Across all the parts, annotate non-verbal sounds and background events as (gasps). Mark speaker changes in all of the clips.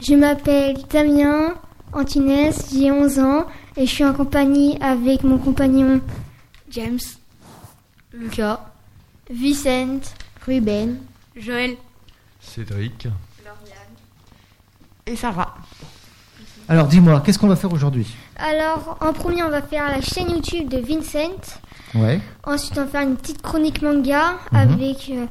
Speaker 1: Je m'appelle Damien Antines, j'ai 11 ans et je suis en compagnie avec mon compagnon James, Lucas, Vicente, Ruben, Joël.
Speaker 2: Cédric.
Speaker 3: Et Sarah.
Speaker 4: Alors dis-moi, qu'est-ce qu'on va faire aujourd'hui
Speaker 1: Alors, en premier, on va faire la chaîne YouTube de Vincent.
Speaker 4: Ouais.
Speaker 1: Ensuite, on va faire une petite chronique manga
Speaker 4: Mhm.
Speaker 1: avec euh,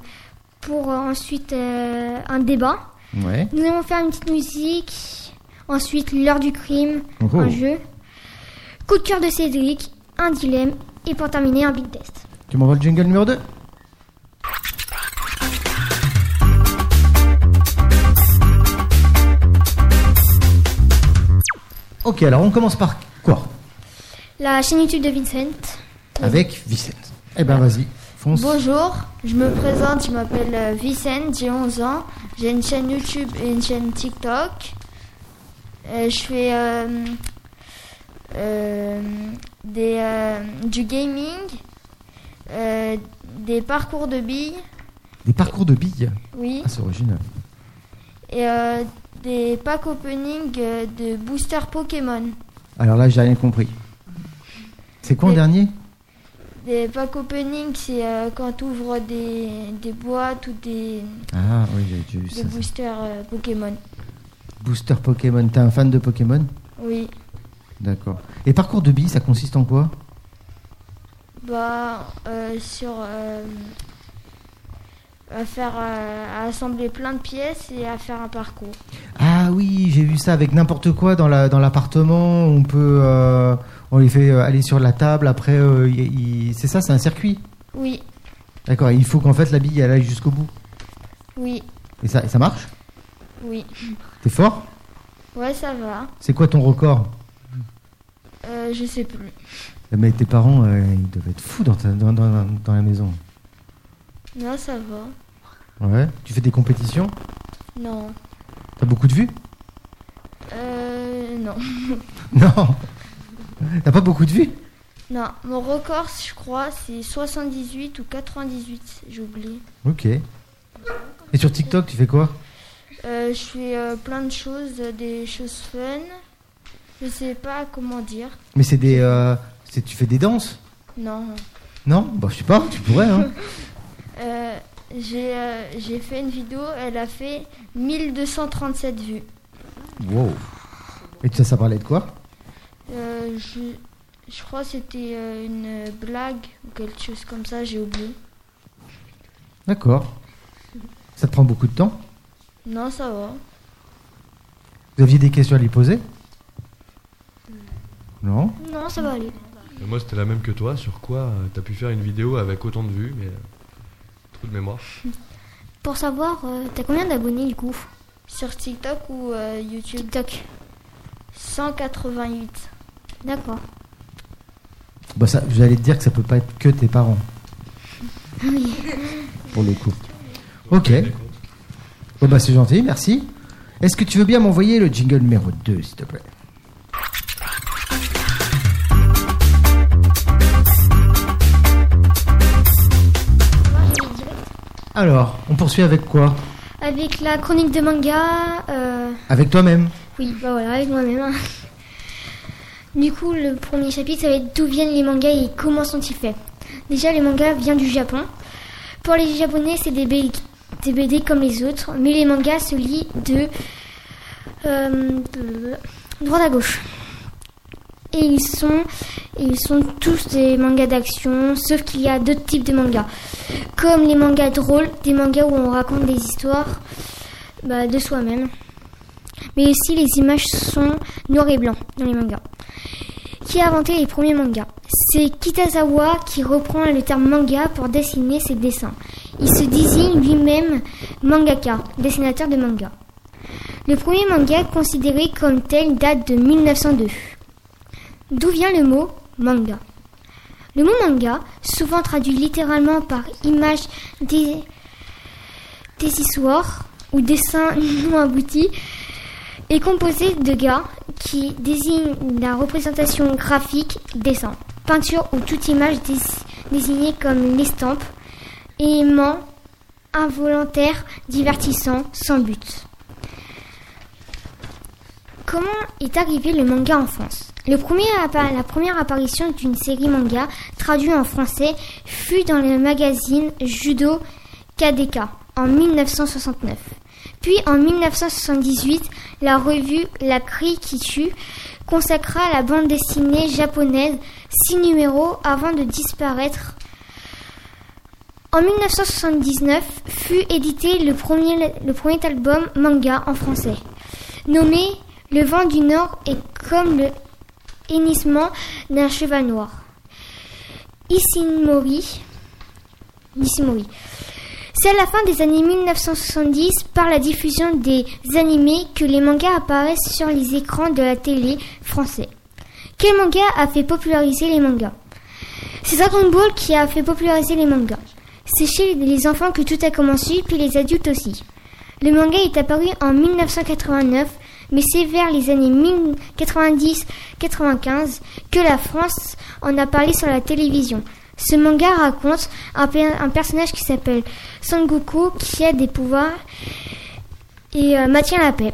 Speaker 1: pour euh, ensuite euh, un débat.
Speaker 4: Ouais.
Speaker 1: Nous allons faire une petite musique. Ensuite, l'heure du crime,
Speaker 4: Oh.
Speaker 1: un jeu. Coup de cœur de Cédric, un dilemme. Et pour terminer, un big test.
Speaker 4: Tu m'envoies le jingle numéro 2 Ok, alors on commence par quoi
Speaker 1: La chaîne YouTube de Vincent.
Speaker 4: Avec Vicente. Eh ben vas-y, fonce.
Speaker 5: Bonjour, je me présente, je m'appelle euh, Vicente, j'ai 11 ans, j'ai une chaîne YouTube et une chaîne TikTok. Euh, je fais euh, euh, des, euh, du gaming, euh, des parcours de billes,
Speaker 4: Des parcours de billes.
Speaker 5: oui,
Speaker 4: Ah, c'est original.
Speaker 5: et euh, des packs opening euh, de boosters Pokémon.
Speaker 4: Alors là, j'ai rien compris. C'est quoi en
Speaker 5: Et-
Speaker 4: dernier
Speaker 5: Des packs opening, c'est euh, quand tu ouvres des, des boîtes ou des,
Speaker 4: Ah oui, j'ai déjà vu
Speaker 5: des
Speaker 4: ça. ça.
Speaker 5: boosters euh, Pokémon.
Speaker 4: Booster Pokémon, t'es un fan de Pokémon
Speaker 5: Oui.
Speaker 4: D'accord. Et parcours de billes, ça consiste en quoi
Speaker 5: Bah, euh, sur. euh, à faire. euh, à assembler plein de pièces et à faire un parcours.
Speaker 4: Ah oui, j'ai vu ça avec n'importe quoi dans la dans l'appartement. On peut, euh, on les fait euh, aller sur la table. Après, euh, il- il- c'est ça, c'est un circuit.
Speaker 5: Oui,
Speaker 4: D'accord. Il faut qu'en fait la bille elle aille jusqu'au bout.
Speaker 5: oui,
Speaker 4: Et ça, et ça marche.
Speaker 5: oui.
Speaker 4: T'es fort.
Speaker 5: Ouais, ça va.
Speaker 4: C'est quoi ton record
Speaker 5: Euh, je sais plus.
Speaker 4: Mais tes parents, euh, ils devaient être fous dans, ta- dans, dans, dans la maison.
Speaker 5: Non, ça va.
Speaker 4: Ouais. Tu fais des compétitions.
Speaker 5: Non.
Speaker 4: T'as beaucoup de vues (laughs)
Speaker 5: Euh, non.
Speaker 4: Non. T'as pas beaucoup de vues
Speaker 5: Non, mon record, je crois, c'est 78 ou 98, j'ai oublié.
Speaker 4: Ok. Et sur TikTok, tu fais quoi
Speaker 5: Euh, je fais euh, plein de choses, euh, des choses fun. Je sais pas comment dire.
Speaker 4: Mais c'est des, euh, c'est tu fais des danses
Speaker 5: Non.
Speaker 4: Non Bah je sais pas. Tu pourrais. Hein.
Speaker 5: Euh, j'ai euh, j'ai fait une vidéo, elle a fait 1237 vues.
Speaker 4: Wow. Et ça, ça parlait de quoi
Speaker 5: Euh, je, je crois que c'était euh, une blague ou quelque chose comme ça, j'ai oublié.
Speaker 4: D'accord. Ça te prend beaucoup de temps
Speaker 5: Non, ça va.
Speaker 4: Vous aviez des questions à lui poser Non
Speaker 1: Non, ça va aller.
Speaker 2: Et moi, c'était la même que toi. Sur quoi euh, t'as pu faire une vidéo avec autant de vues, mais euh, trou de mémoire.
Speaker 1: Pour savoir, euh, t'as combien d'abonnés du coup
Speaker 5: Sur TikTok ou euh, YouTube
Speaker 1: TikTok.
Speaker 5: 188.
Speaker 1: D'accord.
Speaker 4: Bah ça, j'allais te dire que ça peut pas être que tes parents. Pour le coup. Ok. Bon bah c'est gentil, merci. Est-ce que tu veux bien m'envoyer le jingle numéro 2, s'il te plaît Alors, on poursuit avec quoi
Speaker 1: Avec la chronique de manga, euh,
Speaker 4: Avec toi-même.
Speaker 1: oui, bah voilà, avec moi-même. hein. Du coup, le premier chapitre, ça va être d'où viennent les mangas et comment sont-ils faits. Déjà, les mangas viennent du Japon. Pour les Japonais, c'est des, B- des BD comme les autres, mais les mangas se lient de, euh, de droite à gauche. Et ils sont, ils sont tous des mangas d'action, sauf qu'il y a deux types de mangas. Comme les mangas drôles, des mangas où on raconte des histoires bah, de soi-même. Mais aussi, les images sont noir et blanc dans les mangas. Qui a inventé les premiers mangas C'est Kitazawa qui reprend le terme manga pour dessiner ses dessins. Il se désigne lui-même mangaka, dessinateur de manga. Le premier manga considéré comme tel date de 1902. D'où vient le mot manga Le mot manga, souvent traduit littéralement par image des, des histoires ou dessin non abouti, est composé de ga qui désigne la représentation graphique, dessin, peinture ou toute image dés- désignée comme l'estampe, élément involontaire, divertissant, sans but. Comment est arrivé le manga en France le premier appa- La première apparition d'une série manga traduite en français fut dans le magazine Judo KDK en 1969. Puis en 1978, la revue La Cri qui tue consacra la bande dessinée japonaise six numéros avant de disparaître. En 1979 fut édité le premier, le premier album manga en français. Nommé Le vent du Nord est comme le hennissement d'un cheval noir. Isinmori. Isinmori. C'est à la fin des années 1970, par la diffusion des animés, que les mangas apparaissent sur les écrans de la télé français. Quel manga a fait populariser les mangas C'est Dragon Ball qui a fait populariser les mangas. C'est chez les enfants que tout a commencé, puis les adultes aussi. Le manga est apparu en 1989, mais c'est vers les années 90-95 que la France en a parlé sur la télévision. Ce manga raconte un, pe- un personnage qui s'appelle Sangoku qui a des pouvoirs et euh, maintient la paix.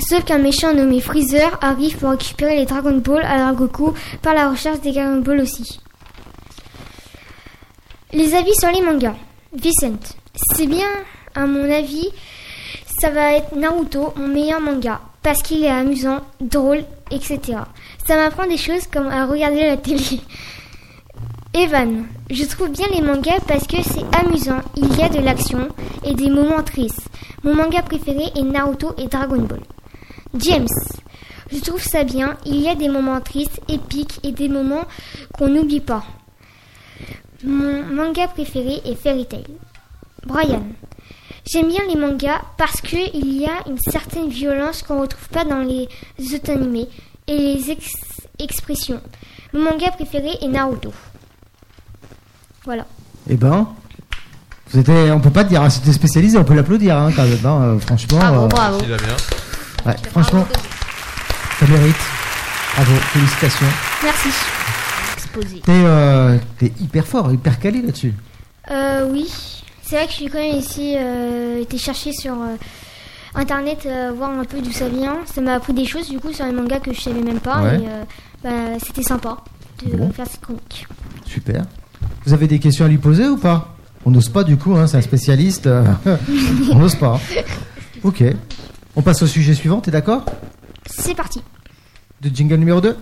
Speaker 1: Sauf qu'un méchant nommé Freezer arrive pour récupérer les Dragon Ball alors Goku par la recherche des Dragon Ball aussi. Les avis sur les mangas. Vicente. C'est bien, à mon avis, ça va être Naruto, mon meilleur manga, parce qu'il est amusant, drôle, etc. Ça m'apprend des choses comme à regarder la télé. (laughs) Evan, je trouve bien les mangas parce que c'est amusant, il y a de l'action et des moments tristes. Mon manga préféré est Naruto et Dragon Ball. James, je trouve ça bien, il y a des moments tristes, épiques et des moments qu'on n'oublie pas. Mon manga préféré est Fairy Tail. Brian, J'aime bien les mangas parce qu'il y a une certaine violence qu'on ne retrouve pas dans les autres animés et les ex- expressions. Mon manga préféré est Naruto. Voilà.
Speaker 4: Eh ben, c'était, on peut pas dire, hein, c'était spécialisé, on peut l'applaudir hein, quand même, hein, euh, franchement.
Speaker 3: Bravo,
Speaker 4: euh,
Speaker 3: bravo.
Speaker 2: Il a bien.
Speaker 4: ouais, franchement, ça mérite. Bravo, félicitations.
Speaker 1: Merci.
Speaker 3: Exposé.
Speaker 4: T'es, euh, t'es hyper fort, hyper calé là-dessus.
Speaker 1: Euh, oui, c'est vrai que je suis quand même ici, euh, été chercher sur euh, internet, euh, voir un peu d'où ça vient. Ça m'a appris des choses du coup sur les mangas que je savais même pas.
Speaker 4: Ouais.
Speaker 1: Et, euh, bah, c'était sympa de
Speaker 4: Bon.
Speaker 1: faire cette chronique.
Speaker 4: Super. Vous avez des questions à lui poser ou pas On n'ose pas du coup, hein, c'est un spécialiste. (laughs) euh, on n'ose pas. Ok. On passe au sujet suivant, t'es d'accord
Speaker 1: C'est parti.
Speaker 4: De jingle numéro 2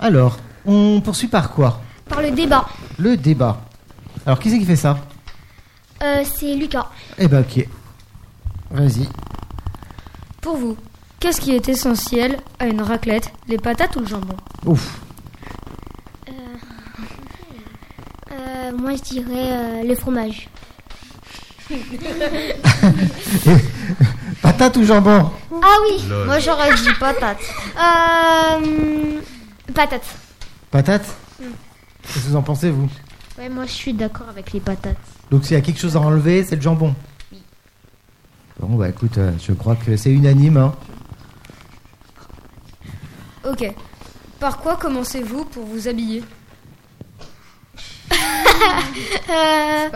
Speaker 4: Alors, on poursuit par quoi
Speaker 1: Par le débat,
Speaker 4: Le débat. Alors, qui c'est qui fait ça
Speaker 1: Euh, c'est Lucas.
Speaker 4: Eh ben, ok. Vas-y.
Speaker 3: Pour vous, qu'est-ce qui est essentiel à une raclette Les patates ou le jambon
Speaker 4: Ouf.
Speaker 1: Euh, moi je dirais euh, le fromage.
Speaker 4: Patate ou jambon
Speaker 1: Ah oui
Speaker 2: Lol.
Speaker 5: Moi j'aurais dit patate.
Speaker 1: euh, Patate.
Speaker 4: Patate Mm. Qu'est-ce que vous en pensez, vous
Speaker 3: Ouais, moi je suis d'accord avec les patates.
Speaker 4: Donc s'il y a quelque chose à enlever, c'est le jambon. Bon bah écoute, euh, je crois que c'est unanime. hein.
Speaker 3: Ok. Par quoi commencez-vous pour vous habiller
Speaker 1: Euh,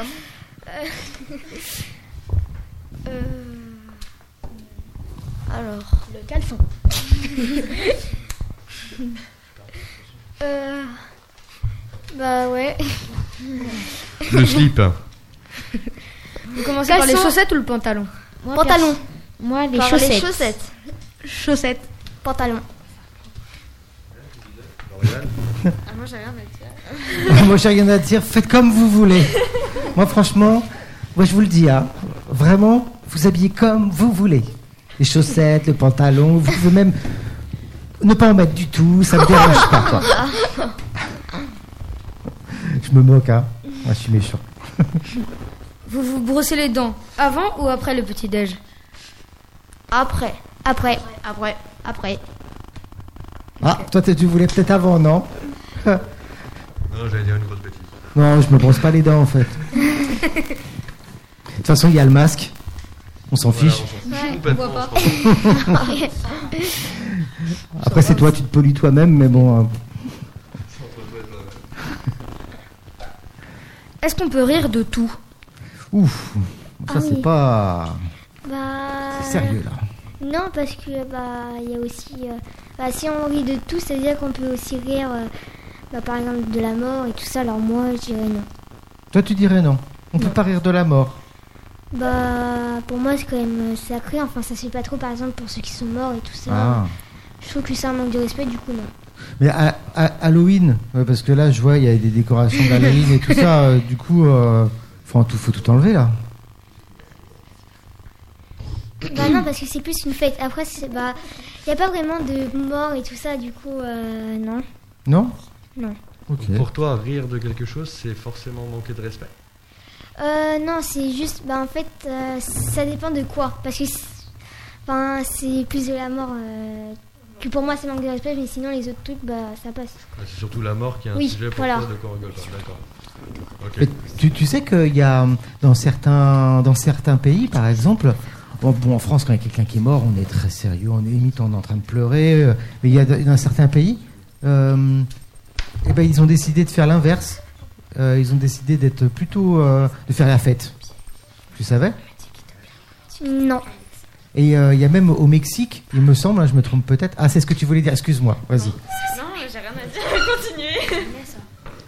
Speaker 5: Alors,
Speaker 3: Le
Speaker 5: (laughs)
Speaker 3: caleçon.
Speaker 1: euh, bah ouais.
Speaker 2: Le slip.
Speaker 3: Vous commencez
Speaker 1: Caleçon.
Speaker 3: par les chaussettes ou le pantalon
Speaker 5: moi,
Speaker 1: Pantalon.
Speaker 5: perso-
Speaker 3: Moi, les
Speaker 5: par les chaussettes.
Speaker 3: Chaussettes.
Speaker 1: Pantalon.
Speaker 3: moi, j'ai rien avec ça.
Speaker 4: (laughs) moi j'ai rien à dire, faites comme vous voulez. moi franchement, moi je vous le dis, hein, vraiment, vous habillez comme vous voulez. Les chaussettes, le pantalon, vous pouvez même ne pas en mettre du tout, ça me dérange pas.
Speaker 2: (laughs)
Speaker 4: quoi. je me moque, hein. Moi je suis méchant.
Speaker 3: Vous vous brossez les dents avant ou après le petit-déj
Speaker 5: Après.
Speaker 1: Après.
Speaker 5: Après. Après.
Speaker 4: Ah, toi t'es- tu voulais peut-être avant, non
Speaker 2: Non, j'allais dire une grosse bêtise.
Speaker 4: Non, je me brosse pas les dents en fait. De toute façon, il y a le masque. On s'en
Speaker 2: Voilà,
Speaker 4: fiche.
Speaker 2: on s'en fiche
Speaker 3: Ouais,
Speaker 2: complètement,
Speaker 3: on voit pas.
Speaker 2: on s'en fout.
Speaker 4: Après, c'est toi, tu te pollues hein. toi-même, mais bon. euh,
Speaker 3: Est-ce qu'on peut rire de tout
Speaker 4: Ouf, ça
Speaker 1: Ah
Speaker 4: c'est
Speaker 1: oui.
Speaker 4: pas
Speaker 1: Bah.
Speaker 4: c'est sérieux là.
Speaker 1: Non, parce que bah il y a aussi. euh, bah, si on rit de tout, ça veut dire qu'on peut aussi rire, euh, bah, par exemple, de la mort et tout ça. Alors moi, je dirais non.
Speaker 4: Toi tu dirais non. On peut pas rire de la mort.
Speaker 1: Bah, pour moi, c'est quand même euh, sacré. Enfin, ça se fait pas trop, par exemple, pour ceux qui sont morts et tout ça.
Speaker 4: Ah.
Speaker 1: Je trouve que c'est un manque de respect, du coup, non.
Speaker 4: Mais à, à- Halloween, ouais, parce que là je vois il y a des décorations d'Halloween et tout ça, euh, du coup euh, faut, en tout, faut tout enlever là.
Speaker 1: Bah non, parce que c'est plus une fête. Après, c'est bah, y a pas vraiment de mort et tout ça, du coup, euh, non.
Speaker 4: Non
Speaker 1: Non.
Speaker 4: Ok.
Speaker 2: Donc, Pour toi, rire de quelque chose, c'est forcément manquer de respect.
Speaker 1: Euh, non, c'est juste, bah en fait, euh, ça dépend de quoi. Parce que, c'est- enfin, c'est plus de la mort euh, que pour moi, c'est manque de respect, mais sinon les autres trucs, bah ça passe.
Speaker 2: Ah, C'est surtout la mort qui est un
Speaker 1: Oui,
Speaker 2: sujet pour
Speaker 1: voilà.
Speaker 2: toi de quoi on rigole pas. D'accord. Ok.
Speaker 4: Mais tu, tu sais qu'il y a euh, dans certains, dans certains pays, par exemple, bon, bon, en France, quand il y a quelqu'un qui est mort, on est très sérieux, on est limite on est en train de pleurer. euh, mais il y a de- dans certains pays, euh, eh ben, ils ont décidé de faire l'inverse. Euh, ils ont décidé d'être plutôt. euh, de faire la fête. Tu savais
Speaker 1: Non.
Speaker 4: Et euh, il y a même au Mexique, il me semble, hein, je me trompe peut-être. Ah, c'est ce que tu voulais dire, excuse-moi, vas-y.
Speaker 6: Non, euh, j'ai rien à dire, (laughs) continuez.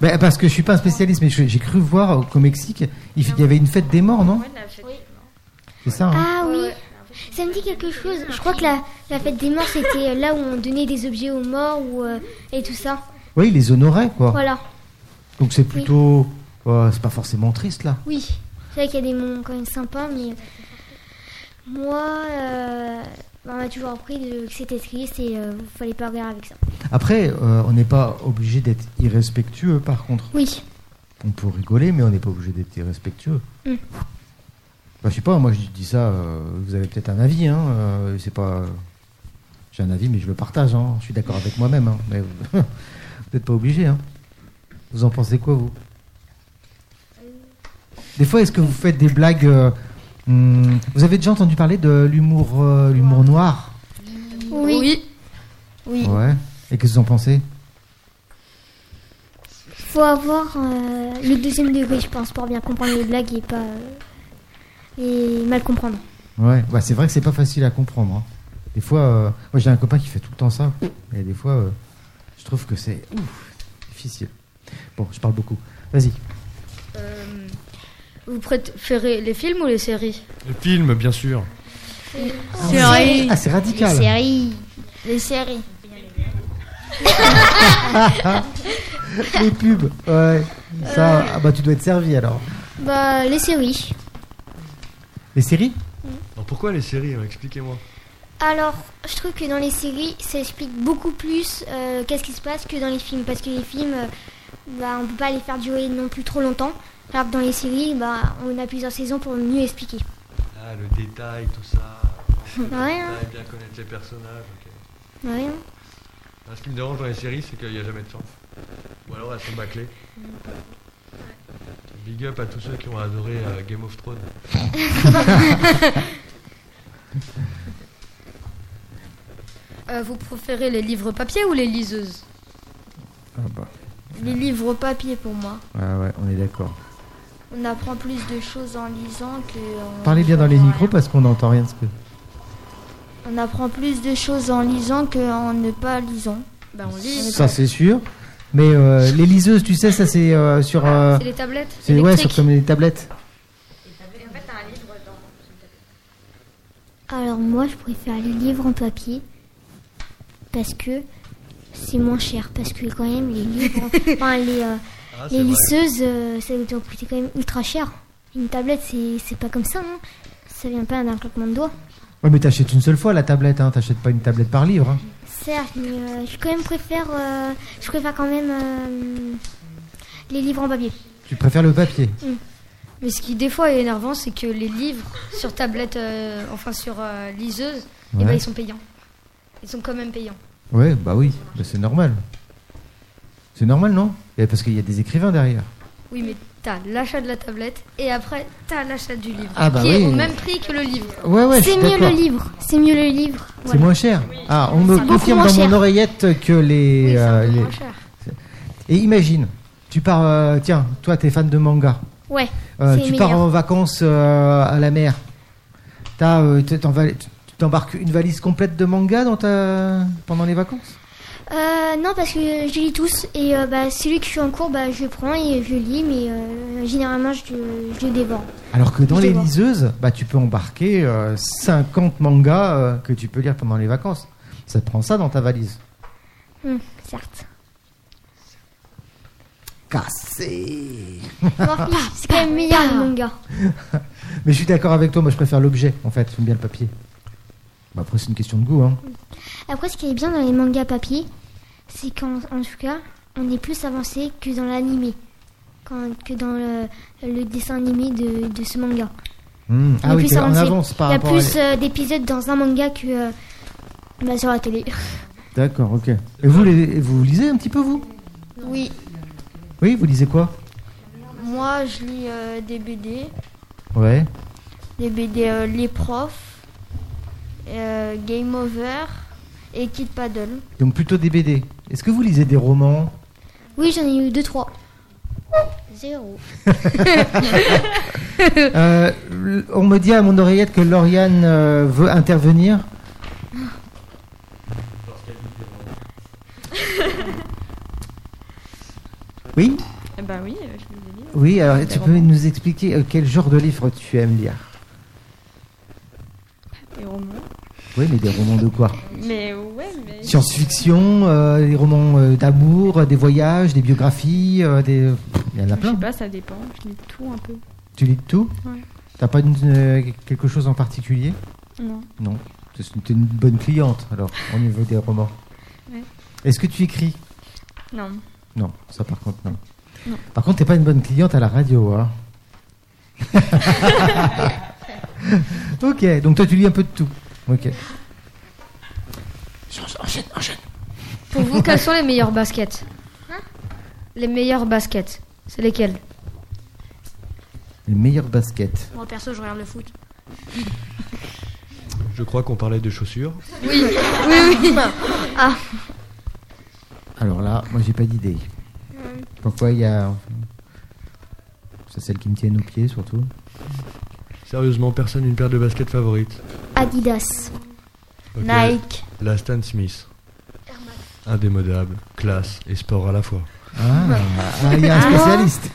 Speaker 4: Ben, parce que je suis pas un spécialiste, mais je- j'ai cru voir qu'au Mexique, il y avait une fête des morts, non
Speaker 6: Ouais, la fête.
Speaker 4: C'est ça hein
Speaker 1: Ah oui,
Speaker 6: Ouais.
Speaker 1: ça me dit quelque chose. Je crois que la, la fête des morts, c'était euh, là où on donnait des objets aux morts ou euh, et tout ça.
Speaker 4: Oui, ils les honoraient, quoi.
Speaker 1: Voilà.
Speaker 4: Donc c'est plutôt. euh, c'est pas forcément triste là.
Speaker 1: Oui, c'est vrai qu'il y a des moments quand même sympas, mais moi, euh, on m'a toujours appris de- que c'était triste et euh, fallait pas regarder avec ça.
Speaker 4: Après, euh, on n'est pas obligé d'être irrespectueux par contre.
Speaker 1: Oui,
Speaker 4: On peut rigoler, mais on n'est pas obligé d'être irrespectueux.
Speaker 1: Mm.
Speaker 4: Bah, je sais pas, moi je dis ça, euh, vous avez peut-être un avis, hein. euh, c'est pas. J'ai un avis, mais je le partage, hein. Je suis d'accord avec moi-même, hein. Mais vous (laughs) n'êtes pas obligé, hein. Vous en pensez quoi, vous Des fois, est-ce que vous faites des blagues. euh, hmm, vous avez déjà entendu parler de l'humour euh, l'humour noir
Speaker 1: oui,
Speaker 5: Oui.
Speaker 4: Ouais. Et qu'est-ce que vous en pensez
Speaker 1: Faut avoir euh, le deuxième degré, je pense, pour bien comprendre les blagues et pas euh, et mal comprendre.
Speaker 4: Ouais. Bah, c'est vrai que c'est pas facile à comprendre. hein. Des fois, euh, moi j'ai un copain qui fait tout le temps ça. Et des fois, euh, je trouve que c'est ouf, difficile. Bon, je parle beaucoup. Vas-y.
Speaker 3: Euh, Vous préférez les films ou les séries
Speaker 2: Le film, bien sûr.
Speaker 4: Ah, c'est radical.
Speaker 1: séries.
Speaker 5: Les séries.
Speaker 4: Les pubs. Ouais. Ça, ah bah tu dois être servi alors.
Speaker 1: Bah, les séries.
Speaker 4: Les séries
Speaker 2: Alors, pourquoi les séries hein, Expliquez-moi.
Speaker 1: Alors, je trouve que dans les séries, ça explique beaucoup plus euh, qu'est-ce qui se passe que dans les films. Parce que les films, euh, bah, on peut pas les faire durer non plus trop longtemps. Alors que dans les séries, bah, on a plusieurs saisons pour mieux expliquer.
Speaker 2: Ah, le détail, tout ça.
Speaker 1: Ouais, hein.
Speaker 2: Le détail, bien connaître les personnages. ok.
Speaker 1: Ouais, hein.
Speaker 2: Ah, ce qui me dérange dans les séries, c'est qu'il n'y a jamais de fin. Ou alors elles sont bâclées. Big up à tous ceux qui ont adoré euh, Game of Thrones.
Speaker 3: Euh, Vous préférez les livres papier ou les liseuses
Speaker 4: ah bah.
Speaker 5: Les livres papier pour moi.
Speaker 4: Ah ouais, on est d'accord.
Speaker 5: On apprend plus de choses en lisant que. en
Speaker 4: Parlez bien dans les
Speaker 5: ne
Speaker 4: micros parce qu'on n'entend rien de ce que.
Speaker 5: On apprend plus de choses en lisant qu'en ne pas lisant.
Speaker 3: Bah on lit.
Speaker 4: Ça c'est sûr. Mais euh, les liseuses, tu sais, ça c'est euh, sur. euh,
Speaker 3: C'est les tablettes.
Speaker 4: c'est ouais, sur
Speaker 3: électriques.
Speaker 4: comme les tablettes.
Speaker 1: Alors moi, je préfère les livres en papier parce que c'est moins cher. Parce que quand même, les
Speaker 4: (laughs)
Speaker 1: livres, enfin les, euh,
Speaker 2: Ah,
Speaker 1: les
Speaker 2: c'est vrai.
Speaker 1: lisseuses, euh, ça doit coûter quand même ultra cher. Une tablette, c'est c'est pas comme ça, non Ça vient pas d'un claquement de doigts.
Speaker 4: Ouais, mais t'achètes une seule fois la tablette, hein. T'achètes pas une tablette par livre. hein.
Speaker 1: Certes, mais euh, je quand même préfère, euh, je préfère quand même euh, les livres en papier.
Speaker 4: Tu préfères le papier.
Speaker 3: Mais ce qui des fois est énervant, c'est que les livres sur tablette, euh, enfin sur euh, liseuse, eh ben,
Speaker 4: Ouais.
Speaker 3: ils sont payants. Ils sont quand même payants.
Speaker 4: Ouais, bah oui, bah c'est normal. C'est normal, non Eh, Parce qu'il y a des écrivains derrière.
Speaker 3: Oui, mais t'as l'achat de la tablette et après t'as l'achat du livre,
Speaker 4: Ah bah
Speaker 3: qui
Speaker 4: oui.
Speaker 3: est au même prix que le livre.
Speaker 4: Ouais, ouais,
Speaker 1: c'est mieux le livre, c'est mieux le livre.
Speaker 4: C'est moins cher. Ah, on me
Speaker 1: beaucoup
Speaker 4: confirme
Speaker 1: moins
Speaker 4: dans mon
Speaker 1: cher.
Speaker 4: oreillette que les.
Speaker 3: Oui, c'est un
Speaker 4: euh,
Speaker 3: peu
Speaker 4: les-
Speaker 3: moins cher.
Speaker 4: Et imagine, tu pars. euh, tiens, toi, t'es fan de manga.
Speaker 1: Ouais.
Speaker 4: Euh,
Speaker 1: C'est
Speaker 4: tu
Speaker 1: meilleur.
Speaker 4: pars en vacances euh, à la mer. T'as, euh, t- t'en vas- tu t'embarques une valise complète de manga dans ta... pendant les vacances
Speaker 1: Euh, non, parce que je les lis tous et euh, bah, celui que je suis en cours, bah, je prends et je lis, mais euh, généralement je, je le dévore.
Speaker 4: Alors que dans
Speaker 1: Je
Speaker 4: les
Speaker 1: vois.
Speaker 4: liseuses, bah, tu peux embarquer euh, 50 mangas euh, que tu peux lire pendant les vacances. Ça te prend ça dans ta valise.
Speaker 1: Hmm, (laughs) certes.
Speaker 4: Cassé
Speaker 1: C'est quand même meilleur le manga.
Speaker 4: Mais je suis d'accord avec toi, moi je préfère l'objet en fait, j'aime bien le papier. Bah, après, c'est une question de goût. Hein.
Speaker 1: Après, ce qui est bien dans les mangas papier, c'est qu'en en tout cas, on est plus avancé que dans l'animé, quand- que dans le, le dessin animé de, de ce manga.
Speaker 4: Hmm.
Speaker 1: On
Speaker 4: Ah
Speaker 1: est
Speaker 4: oui,
Speaker 1: plus
Speaker 4: t'es en
Speaker 1: avancé.
Speaker 4: avance par
Speaker 1: Il y a
Speaker 4: rapport à.
Speaker 1: plus euh, d'épisodes dans un manga que euh, bah, sur la télé.
Speaker 4: D'accord, ok. Et vous, les- vous lisez un petit peu, vous
Speaker 5: Oui,
Speaker 4: Oui, vous lisez quoi
Speaker 5: moi je lis euh, des BD,
Speaker 4: Ouais.
Speaker 5: des BD euh, Les Profs, euh, Game Over et Kid Paddle.
Speaker 4: Donc plutôt des BD. Est-ce que vous lisez des romans
Speaker 1: Oui, j'en ai eu 2-3. Zéro.
Speaker 4: Euh, l- On me dit à mon oreillette que Lauriane euh, veut intervenir. Oui
Speaker 6: Bah oui, euh, je les ai lus.
Speaker 4: Oui, alors tu
Speaker 6: Des
Speaker 4: peux
Speaker 6: romans.
Speaker 4: nous expliquer euh, quel genre de livre tu aimes lire
Speaker 6: Les romans.
Speaker 4: Oui, mais des romans de quoi
Speaker 6: Mais ouais, mais.
Speaker 4: Science-fiction, euh, des romans euh, d'amour, euh, des voyages, des biographies, euh, des... Il y en a
Speaker 6: Je sais
Speaker 4: plein.
Speaker 6: pas, ça dépend. Je lis tout un peu.
Speaker 4: Tu lis de tout
Speaker 6: Ouais.
Speaker 4: T'as pas une- euh, quelque chose en particulier
Speaker 6: Non.
Speaker 4: Non. T'es une bonne cliente, alors, au niveau des romans.
Speaker 6: Ouais.
Speaker 4: Est-ce que tu écris
Speaker 6: Non.
Speaker 4: Non, ça par contre, non.
Speaker 6: Non.
Speaker 4: Par contre, t'es pas une bonne cliente à la radio,
Speaker 6: (laughs)
Speaker 4: hein Ok, donc toi, tu lis un peu de tout. Ok.
Speaker 3: Pour vous, quelles sont les meilleures (laughs) baskets Hein Les meilleures baskets, c'est lesquelles
Speaker 4: Les meilleures baskets.
Speaker 3: Moi perso, je regarde le foot.
Speaker 2: Je crois qu'on parlait de chaussures.
Speaker 4: Alors là, moi, j'ai pas d'idée. Pourquoi il y a... C'est celles qui me tiennent aux pieds, surtout.
Speaker 2: Sérieusement, personne une paire de baskets favorite.
Speaker 1: Adidas.
Speaker 2: Ok,
Speaker 5: Nike.
Speaker 2: La Stan Smith. Indémodable, classe et sport à la fois.
Speaker 4: Ah,
Speaker 6: Bah.
Speaker 4: ah, il y a un spécialiste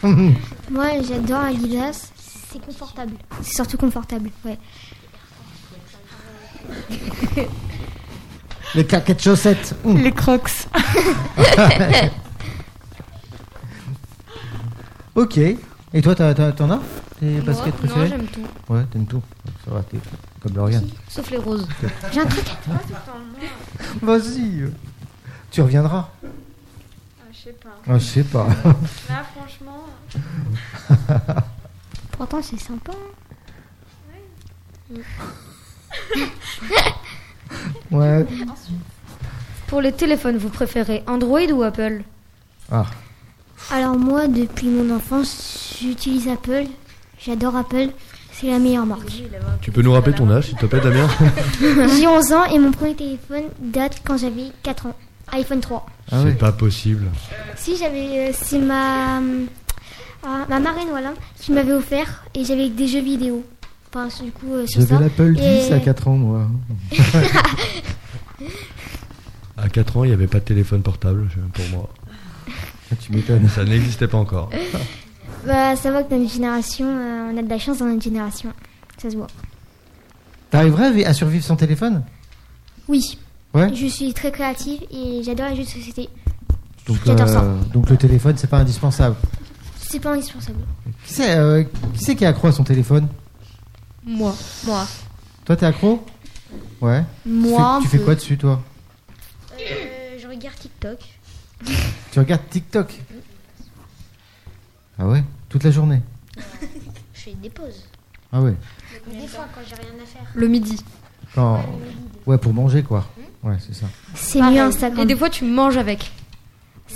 Speaker 1: Moi, j'adore Adidas. C'est confortable. C'est surtout confortable, ouais.
Speaker 4: Les claquettes chaussettes Hum.
Speaker 6: Les crocs.
Speaker 4: (laughs) Ok. Et toi, t'as- t'as- t'en as Tes baskets
Speaker 3: Non,
Speaker 4: préférées
Speaker 3: j'aime tout.
Speaker 4: Ouais, t'aimes tout. Ça va, t'es comme Lauriane.
Speaker 3: Sauf les roses.
Speaker 1: J'ai un truc.
Speaker 4: (laughs) Vas-y. Tu reviendras
Speaker 6: Ah, je sais pas.
Speaker 4: Ah, Je sais pas.
Speaker 6: Là, franchement.
Speaker 1: Pourtant, c'est sympa.
Speaker 4: Ouais.
Speaker 3: (laughs) Pour les téléphones, vous préférez Android ou Apple
Speaker 4: Ah.
Speaker 1: Alors moi, depuis mon enfance, j'utilise Apple. J'adore Apple. C'est la meilleure (laughs) marque.
Speaker 2: Tu peux nous rappeler ton âge, s'il te plaît, Damien
Speaker 1: J'ai 11 ans et mon premier téléphone date quand j'avais 4 ans. iPhone 3.
Speaker 4: Ah
Speaker 2: C'est
Speaker 4: ouais.
Speaker 2: pas possible.
Speaker 1: Si j'avais, euh, c'est ma euh, ah, ma marraine voilà qui m'avait offert et j'avais des jeux vidéo. Enfin, du coup, euh, sur ça.
Speaker 4: J'avais l'Apple 10
Speaker 1: Et-
Speaker 4: à 4 ans, moi.
Speaker 2: À 4 ans, il n'y avait pas de téléphone portable je- pour moi.
Speaker 4: Ah, Tu m'étonnes.
Speaker 2: Ça n'existait pas encore.
Speaker 1: Bah, ça va que dans notre génération, euh, on a de la chance dans notre génération. Ça se voit.
Speaker 4: T'arriverais à vi- à survivre sans téléphone
Speaker 1: Oui,
Speaker 4: Ouais.
Speaker 1: je suis très créative et j'adore les jeux de société.
Speaker 4: Donc, euh,
Speaker 1: J'adore ça.
Speaker 4: donc le téléphone, c'est pas indispensable.
Speaker 1: C'est pas indispensable.
Speaker 4: Qui c'est euh, qui, c'est qui est accro à son téléphone
Speaker 3: Moi. Moi.
Speaker 4: Toi, t'es accro Ouais.
Speaker 5: Moi, un
Speaker 4: tu fais, tu fais
Speaker 5: peu.
Speaker 4: quoi dessus, toi
Speaker 1: Euh, je regarde TikTok.
Speaker 4: Tu regardes TikTok Ah ouais Toute la journée
Speaker 1: Je fais des pauses.
Speaker 4: Ah ouais.
Speaker 1: Des fois, quand j'ai rien à faire.
Speaker 3: Le midi.
Speaker 4: Quand- Ouais, pour manger, quoi.
Speaker 1: Hmm
Speaker 4: Ouais, c'est ça.
Speaker 1: C'est mieux
Speaker 3: Et
Speaker 1: Instagram.
Speaker 3: des fois, tu manges avec.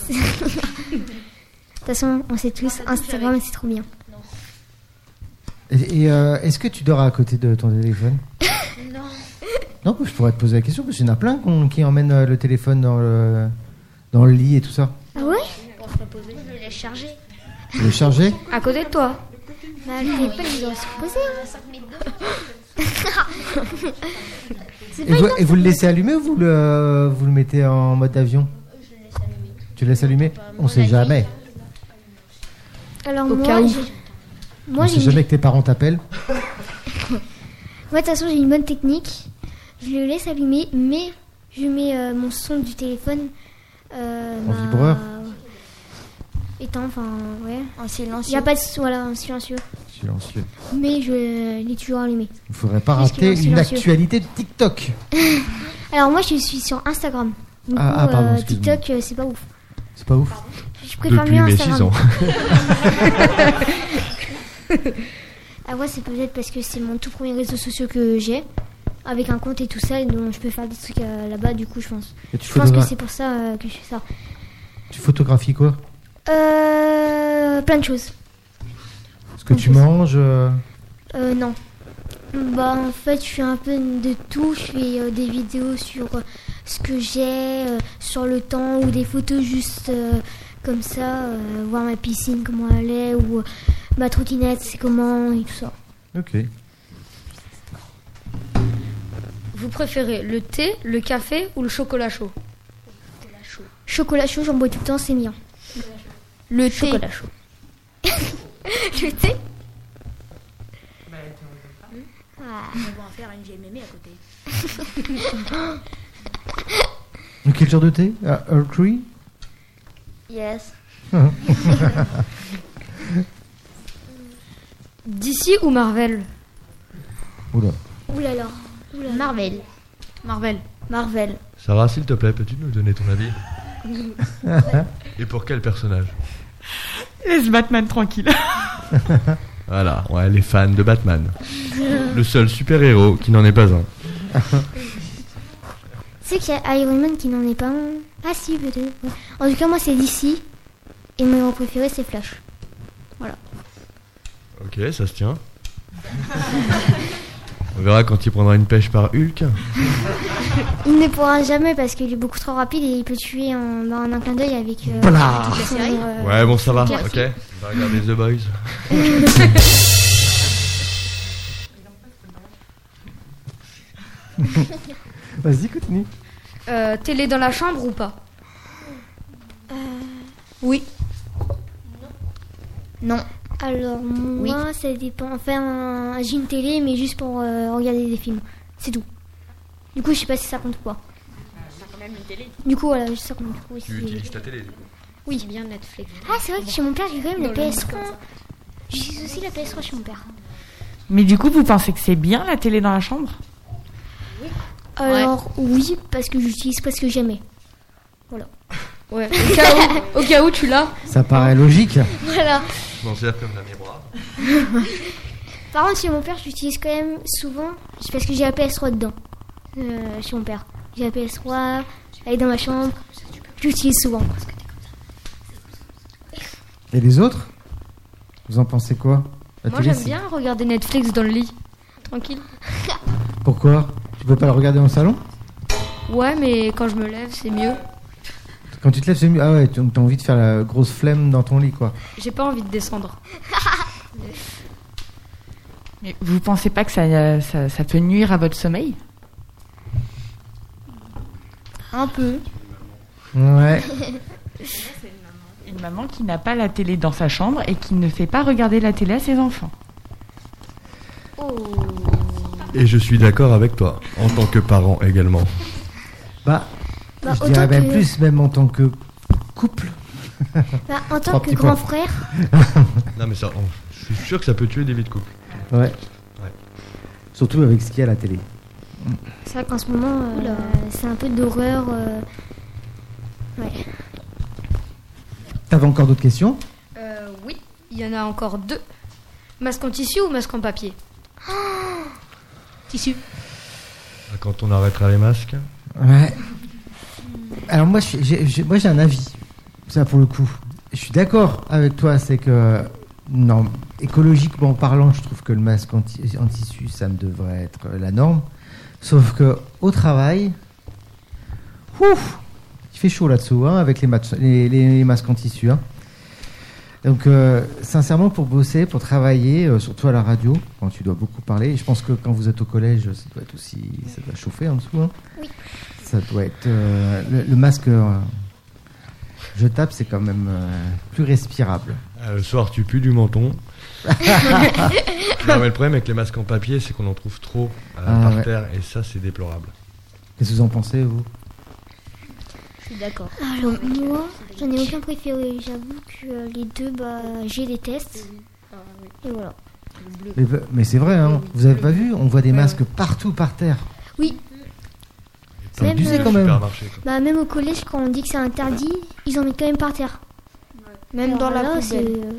Speaker 1: De toute façon, on sait tous, Instagram, Ah, c'est trop bien.
Speaker 4: Et, et, euh, est-ce que tu dors à côté de ton téléphone
Speaker 1: (laughs)
Speaker 4: Non. Non, je pourrais te poser la question, parce qu'il y en a plein qu'on- qui emmènent euh, le téléphone dans le, dans le lit et tout ça.
Speaker 1: Ah ouais
Speaker 4: Tu veux le charger
Speaker 3: À côté de toi.
Speaker 1: Mais elle fait Bah, pas les horoscopes opposés, hein.
Speaker 4: Et vous, et vous le laissez allumer ou vous le, vous le mettez en mode avion Tu le laisses allumer On sait jamais.
Speaker 1: hein. Alors
Speaker 3: Au
Speaker 1: moi,
Speaker 3: cas où.
Speaker 1: j'ai- moi
Speaker 4: On
Speaker 1: j'ai
Speaker 4: sait
Speaker 1: une...
Speaker 4: jamais que tes parents t'appellent.
Speaker 1: Ouais, de toute façon, j'ai une bonne technique. Je le laisse allumer, mais je mets euh, mon son du téléphone. euh,
Speaker 4: En vibreur.
Speaker 1: Éteint, enfin, ouais.
Speaker 5: En
Speaker 1: Il
Speaker 5: silence.
Speaker 1: n'y a pas de. Voilà, en silencieux.
Speaker 4: Silencieux.
Speaker 1: Mais je il est toujours allumé.
Speaker 4: Il faudrait pas
Speaker 1: Qu'est-ce
Speaker 4: rater
Speaker 1: qu'il y a en
Speaker 4: une
Speaker 1: silencieux
Speaker 4: actualité de TikTok.
Speaker 1: Alors moi, je suis sur Instagram. Du
Speaker 4: Ah,
Speaker 1: coup,
Speaker 4: ah, pardon,
Speaker 1: euh,
Speaker 4: excuse-moi.
Speaker 1: TikTok, euh, c'est pas ouf.
Speaker 4: C'est pas ouf.
Speaker 1: Je préfère
Speaker 2: Depuis
Speaker 1: mieux
Speaker 2: mes 6
Speaker 1: Instagram.
Speaker 2: ans.
Speaker 1: Ah ouais, c'est peut-être parce que c'est mon tout premier réseau social que j'ai. Avec un compte et tout ça, et donc je peux faire des trucs euh, là-bas, du coup, je pense.
Speaker 4: Et tu,
Speaker 1: Je pense que
Speaker 4: photogra-
Speaker 1: c'est pour ça euh, que je fais ça.
Speaker 4: tu photographies quoi
Speaker 1: Euh, plein de choses.
Speaker 4: Ce que tu manges euh,
Speaker 1: Euh, non. Bah, en fait, je fais un peu de tout. Je fais euh, des vidéos sur euh, ce que j'ai, euh, sur le temps, ou des photos juste euh, comme ça, euh, voir ma piscine, comment elle est, ou euh, ma trottinette, c'est comment, et tout ça.
Speaker 4: Ok.
Speaker 3: Vous préférez le thé, le café ou le chocolat chaud
Speaker 1: Chocolat chaud, j'en bois tout le temps, c'est bien.
Speaker 3: Le chocolat chaud.
Speaker 1: Le thé
Speaker 7: On va en faire une GMM à côté.
Speaker 4: Donc, Quel genre de thé Ah, Earl Grey
Speaker 5: Yes.
Speaker 3: DC ou Marvel
Speaker 4: Oula.
Speaker 1: Ouh là là.
Speaker 5: Marvel.
Speaker 3: Marvel.
Speaker 5: Marvel.
Speaker 2: Sarah, s'il te plaît, peux-tu nous donner ton avis Et pour quel personnage
Speaker 8: Laisse Batman tranquille.
Speaker 2: Voilà, ouais, les fans de Batman. Le seul super-héros qui n'en est pas un.
Speaker 1: Tu sais qu'il y a Iron Man qui n'en est pas un. Ah si, peut-être. ouais. En tout cas, moi, c'est d'ici. Et mon préféré, c'est Flash.
Speaker 2: Ok, ça se tient. On verra quand il prendra une pêche par Hulk.
Speaker 4: Euh,
Speaker 1: Il ne pourra jamais parce qu'il est beaucoup trop rapide et il peut tuer en, bah, en un clin d'œil avec. euh,
Speaker 4: Voilà.
Speaker 1: son, euh,
Speaker 2: Ouais, bon, ça va,
Speaker 1: Merci.
Speaker 2: ok. On va regarder The Boys.
Speaker 4: Vas-y, continue.
Speaker 3: Euh, télé dans la chambre ou pas Euh. Oui.
Speaker 1: Alors moi, ça dépend. Enfin, j'ai une télé, mais juste pour euh, regarder des films. C'est tout. Du coup, je sais pas si ça compte ou pas. Du coup, voilà, ça compte. Du coup, c'est-
Speaker 2: ta télé, du coup.
Speaker 3: Oui. Bien Netflix.
Speaker 1: Ah, c'est vrai que chez mon père, j'ai quand même la PS3. J'ai aussi la PS3 chez mon père.
Speaker 8: Mais du coup, vous pensez que c'est bien la télé dans la chambre
Speaker 1: Alors oui, parce que j'utilise parce que j'aimais.
Speaker 3: Ouais. Au cas où, au cas où tu l'as.
Speaker 4: Ça paraît logique.
Speaker 1: (laughs) Voilà.
Speaker 2: Je m'en sers comme la miroir.
Speaker 1: Par contre, chez mon père, j'utilise quand même souvent c'est parce que j'ai la PS3 dedans. Euh, chez mon père. J'ai la PS3, elle est dans ma chambre. J'utilise souvent.
Speaker 4: Et les autres Vous en pensez quoi La
Speaker 3: Moi
Speaker 4: télé,
Speaker 3: j'aime
Speaker 4: c'est-
Speaker 3: bien regarder Netflix dans le lit. Tranquille.
Speaker 4: Pourquoi Tu peux pas le regarder dans le salon
Speaker 3: Ouais, mais quand je me lève, c'est mieux.
Speaker 4: Quand tu te lèves, c'est mieux. Ah ouais, donc t'as envie de faire la grosse flemme dans ton lit, quoi.
Speaker 3: J'ai pas envie de descendre.
Speaker 8: Mais vous pensez pas que ça, euh, ça, ça peut nuire à votre sommeil
Speaker 5: Un peu.
Speaker 4: Ouais.
Speaker 8: Une maman qui n'a pas la télé dans sa chambre et qui ne fait pas regarder la télé à ses enfants.
Speaker 2: Et je suis d'accord avec toi, en tant que parent également.
Speaker 4: Bah,
Speaker 1: Bah,
Speaker 4: je dirais
Speaker 1: autant
Speaker 4: même
Speaker 1: que-
Speaker 4: plus, même en tant que couple.
Speaker 1: Bah, en tant
Speaker 4: Trois
Speaker 1: que
Speaker 4: petits
Speaker 1: grand
Speaker 4: points.
Speaker 1: frère,
Speaker 2: Non, mais ça, on- je suis sûr que ça peut tuer des vies de couple.
Speaker 4: Ouais. Surtout avec ce qu'il y a à la télé.
Speaker 1: c'est vrai qu'en ce moment, euh, c'est un peu d'horreur. euh,
Speaker 4: T'avais encore d'autres questions
Speaker 3: Euh, oui. Il y en a encore deux. Masque en tissu ou masque en papier (gasps) Tissu.
Speaker 2: Ah, Quand on arrêtera les masques.
Speaker 4: Ouais. Alors moi, je suis- j'ai j'ai- moi, j'ai un avis. Ça pour le coup, je suis d'accord avec toi. C'est que non, écologiquement parlant, je trouve que le masque en, ti- en tissu, ça me devrait être la norme. Sauf que au travail, ouf, il fait chaud là-dessous, hein, avec les, mat- les, les masques en tissu. hein. Donc, euh, sincèrement, pour bosser, pour travailler, euh, surtout à la radio, quand tu dois beaucoup parler, et je pense que quand vous êtes au collège, ça doit être aussi, ça doit chauffer en dessous. hein.
Speaker 1: Oui.
Speaker 4: Ça doit être euh, le, le masque. euh, je tape, c'est quand même euh, plus respirable.
Speaker 2: Ah, le soir, tu pues
Speaker 4: (laughs)
Speaker 2: du menton. non, mais le problème avec les masques en papier, c'est qu'on en trouve trop euh,
Speaker 4: Ah,
Speaker 2: par
Speaker 4: ouais.
Speaker 2: terre, et ça, c'est déplorable.
Speaker 4: Qu'est-ce que vous en pensez, vous
Speaker 7: Je suis d'accord.
Speaker 1: Alors, moi, j'en ai aucun préféré. J'avoue que euh, les deux, bah, j'ai des tests. Et voilà.
Speaker 4: Mais, mais c'est vrai, hein, vous avez pas vu On voit des masques partout par terre.
Speaker 2: T'as
Speaker 1: Même,
Speaker 2: oublié
Speaker 1: euh,
Speaker 2: le
Speaker 4: quand même.
Speaker 2: supermarché, quoi.
Speaker 1: Bah, même au collège, quand on dit que c'est interdit, ils en mettent quand même par terre.
Speaker 5: Même
Speaker 1: Alors
Speaker 5: dans la
Speaker 1: là,
Speaker 5: poubelle.
Speaker 1: c'est, euh,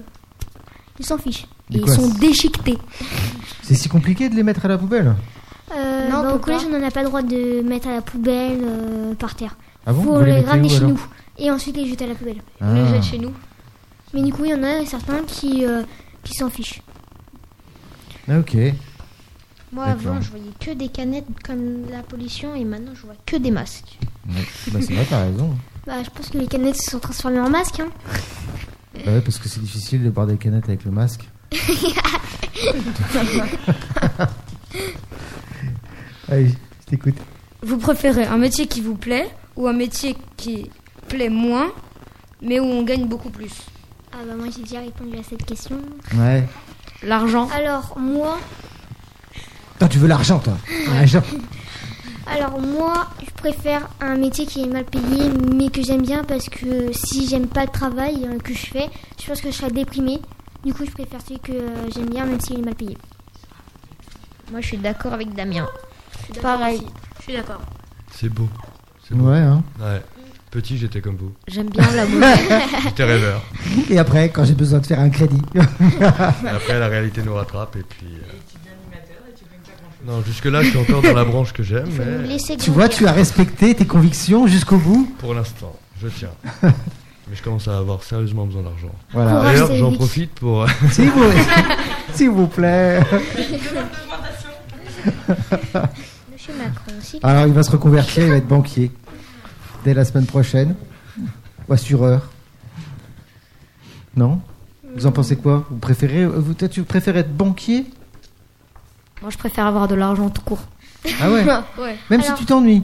Speaker 1: Ils s'en fichent.
Speaker 4: Mais
Speaker 1: Et ils
Speaker 4: quoi,
Speaker 1: sont
Speaker 4: c'est-
Speaker 1: déchiquetés.
Speaker 4: C'est si compliqué de les mettre à la poubelle
Speaker 1: Euh,
Speaker 5: Non, on
Speaker 1: bah,
Speaker 5: peut
Speaker 1: au collège, on n'en a pas le droit de mettre à la poubelle euh, par terre.
Speaker 4: Ah bon
Speaker 1: Faut
Speaker 4: Vous les
Speaker 1: les
Speaker 4: mettez
Speaker 1: ramener
Speaker 4: où,
Speaker 1: chez
Speaker 4: alors
Speaker 1: nous. Et ensuite les jeter à la poubelle.
Speaker 3: On les
Speaker 4: Ah.
Speaker 3: jette chez nous.
Speaker 1: Mais du coup, il y en a certains qui, euh, qui s'en fichent.
Speaker 4: Ah, ok.
Speaker 7: Moi,
Speaker 4: D'accord.
Speaker 7: avant, je voyais que des canettes comme la pollution et maintenant, je vois que des masques.
Speaker 4: Ouais. Bah, c'est vrai, t'as
Speaker 1: (laughs)
Speaker 4: raison.
Speaker 1: Bah, je pense que les canettes se sont transformées en masques. Hein.
Speaker 4: Bah ouais, parce que c'est difficile de boire des canettes avec
Speaker 1: (laughs)
Speaker 4: le masque. Allez, je t'écoute.
Speaker 3: Vous préférez un métier qui vous plaît ou un métier qui plaît moins, mais où on gagne beaucoup plus
Speaker 1: Ah bah moi j'ai déjà répondu à cette question.
Speaker 4: Ouais.
Speaker 3: L'argent.
Speaker 1: Alors moi,
Speaker 4: Toi, tu veux l'argent, toi L'argent.
Speaker 1: alors moi, je préfère un métier qui est mal payé mais que j'aime bien parce que si j'aime pas le travail euh, que je fais, je pense que je serais déprimée. Du coup, je préfère celui que euh, j'aime bien même s'il est mal payé.
Speaker 7: Moi, je suis d'accord avec Damien.
Speaker 5: Pareil.
Speaker 7: Je suis d'accord.
Speaker 2: C'est beau. C'est beau.
Speaker 4: Ouais, hein.
Speaker 2: Ouais. Petit, j'étais comme vous.
Speaker 7: J'aime bien la mode.
Speaker 2: (laughs) J'étais rêveur.
Speaker 4: Et après, quand j'ai besoin de faire un crédit. (laughs)
Speaker 2: Et après, la réalité nous rattrape, et puis. euh, Non, jusque-là, je suis encore dans la branche que j'aime,
Speaker 7: Faut nous
Speaker 2: mais
Speaker 7: laisser
Speaker 4: Euh, tu vois, tu as respecté tes convictions jusqu'au bout.
Speaker 2: pour l'instant,
Speaker 7: (laughs)
Speaker 2: je tiens. Mais je commence à avoir sérieusement besoin d'argent.
Speaker 4: Voilà.
Speaker 1: Courage,
Speaker 2: D'ailleurs, j'en
Speaker 1: Cédric.
Speaker 2: profite pour. (laughs)
Speaker 4: (laughs) S'il vous, s'il vous plaît.
Speaker 7: Monsieur Macron aussi.
Speaker 4: Alors, il va se reconvertir, il va être banquier. Dès la semaine prochaine. Ou assureur. Non Vous en pensez quoi Vous préférez, euh, vous, toi, tu préfères être banquier
Speaker 3: Moi, je préfère avoir de l'argent tout court.
Speaker 4: Ah ouais
Speaker 3: Ouais.
Speaker 4: Même
Speaker 1: Alors-
Speaker 4: si tu t'ennuies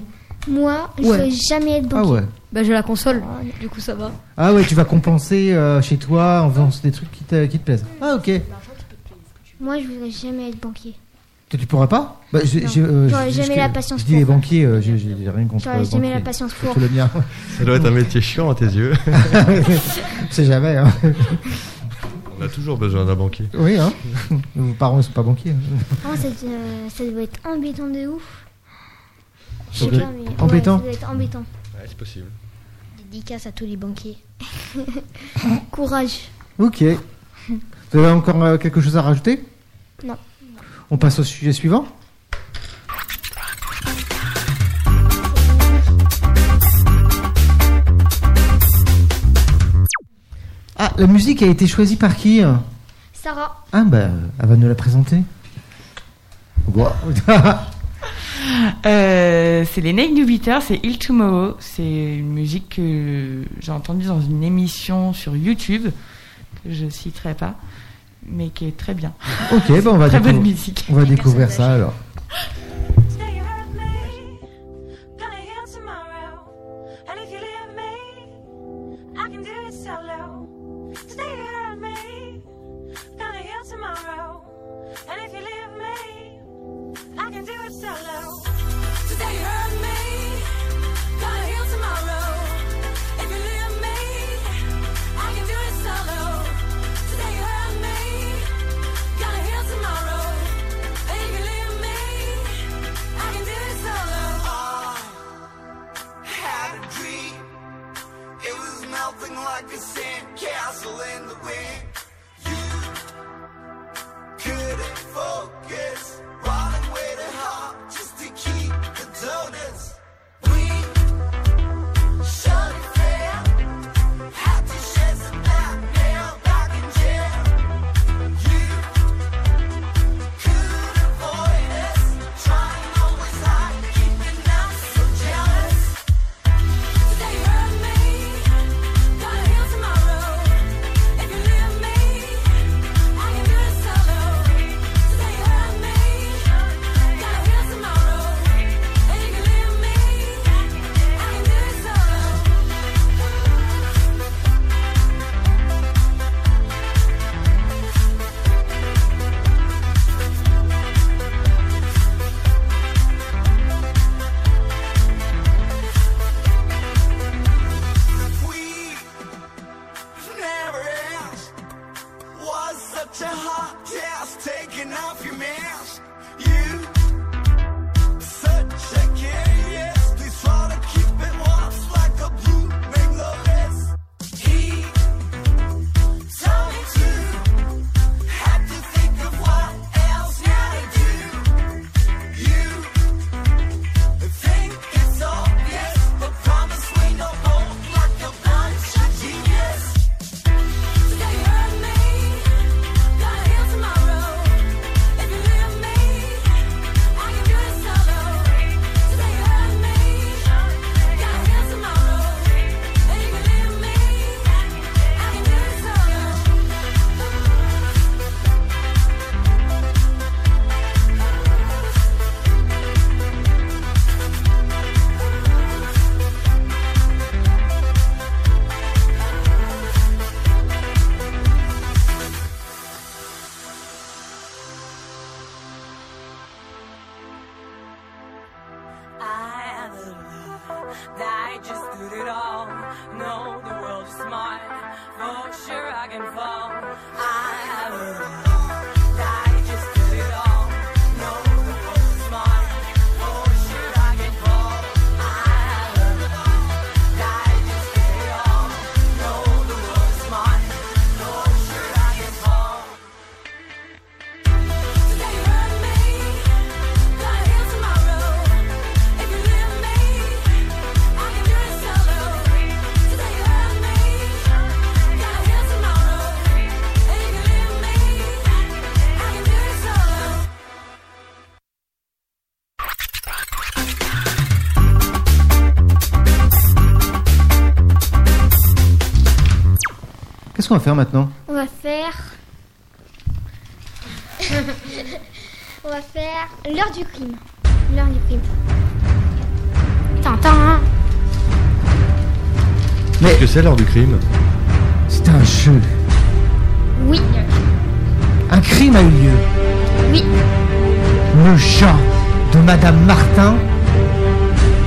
Speaker 1: Moi, je
Speaker 4: Ouais.
Speaker 1: veux jamais être
Speaker 4: Ah
Speaker 1: banquier.
Speaker 4: ouais.
Speaker 3: Bah, j'ai la console. Du coup, ça va.
Speaker 4: Ah ouais, tu vas compenser euh, chez toi en faisant des trucs qui te, qui te plaisent. Ah ok.
Speaker 1: Moi, je voudrais jamais être banquier.
Speaker 4: Tu, tu pourras pas bah, j'ai-
Speaker 1: Non.
Speaker 4: j'ai, euh,
Speaker 1: J'aurais
Speaker 4: j'ai-
Speaker 1: jamais
Speaker 4: j'ai-
Speaker 1: la patience
Speaker 4: Je dis
Speaker 1: pour.
Speaker 4: les banquiers, euh, j'ai, j'ai rien contre
Speaker 1: J'aurais
Speaker 4: les
Speaker 1: jamais la
Speaker 4: banquiers.
Speaker 1: patience pour.
Speaker 4: Surtout le mien. (laughs)
Speaker 2: Ça doit être un métier chiant à tes yeux.
Speaker 4: Je sais jamais. hein.
Speaker 2: On a toujours besoin d'un banquier.
Speaker 4: Oui, hein. Vos parents, ils sont pas banquiers. hein.
Speaker 1: Ah, ça, euh, ça doit être embêtant de ouf. Je sais
Speaker 2: Embê-
Speaker 1: pas, mais- ouais,
Speaker 4: embêtant.
Speaker 1: ça doit être embêtant.
Speaker 2: Ouais, c'est possible.
Speaker 7: Dédicace à tous les banquiers.
Speaker 1: Courage.
Speaker 4: Ok. Vous avez encore euh, quelque chose à rajouter
Speaker 1: Non.
Speaker 4: On passe au sujet suivant Ah, la musique a été choisie par qui hein
Speaker 1: Sarah,
Speaker 4: Ah bah, elle va nous la présenter. Bon.
Speaker 8: Euh, c'est les Naked Beaters, c'est Il Tomorrow. C'est une musique que j'ai entendue dans une émission sur YouTube, que je citerai pas, mais qui est très bien.
Speaker 4: (laughs) ok, bah on va,
Speaker 8: Très bonne
Speaker 4: découvrir,
Speaker 8: musique.
Speaker 4: on va découvrir ça alors.
Speaker 9: Stay out of me. Gonna heal tomorrow. And if you leave me, I can do it solo. Stay out of me. Gonna heal tomorrow. And if you leave me, I can do it solo. Stay out of me. Gonna heal tomorrow. If you leave me, I can do it solo. Stay out of me. Gonna heal tomorrow. And if you leave me, I can do it solo.
Speaker 10: had a dream. It was melting like a sandcastle in the wind. You couldn't focus, running way too hard just to keep the donuts. We shut it down, had to shed some light now back in jail. You could avoid us, trying always hard, keeping us so jealous. Stay hurt me, gotta heal tomorrow. If you leave
Speaker 9: that I just did it all. No, the world's smart, for sure I can fall. I have a that I just did it all. No, the world's smart, for sure I can fall. I have a that I just did it all. No, the world's smart, for sure I can fall. Today you hurt me, gonna heal tomorrow. If you leave me. I can do it solo. Today you hurt me, gotta heal tomorrow. And if you leave me, I can do it solo.
Speaker 4: Qu'est-ce qu'on va faire maintenant
Speaker 1: On va faire. (laughs) On va faire l'heure du crime. L'heure du crime. Tintin hein.
Speaker 2: Qu'est-ce que c'est l'heure du crime
Speaker 4: C'est un jeu.
Speaker 1: Oui.
Speaker 4: Un crime a eu lieu.
Speaker 1: Oui.
Speaker 4: Le chat de Madame Martin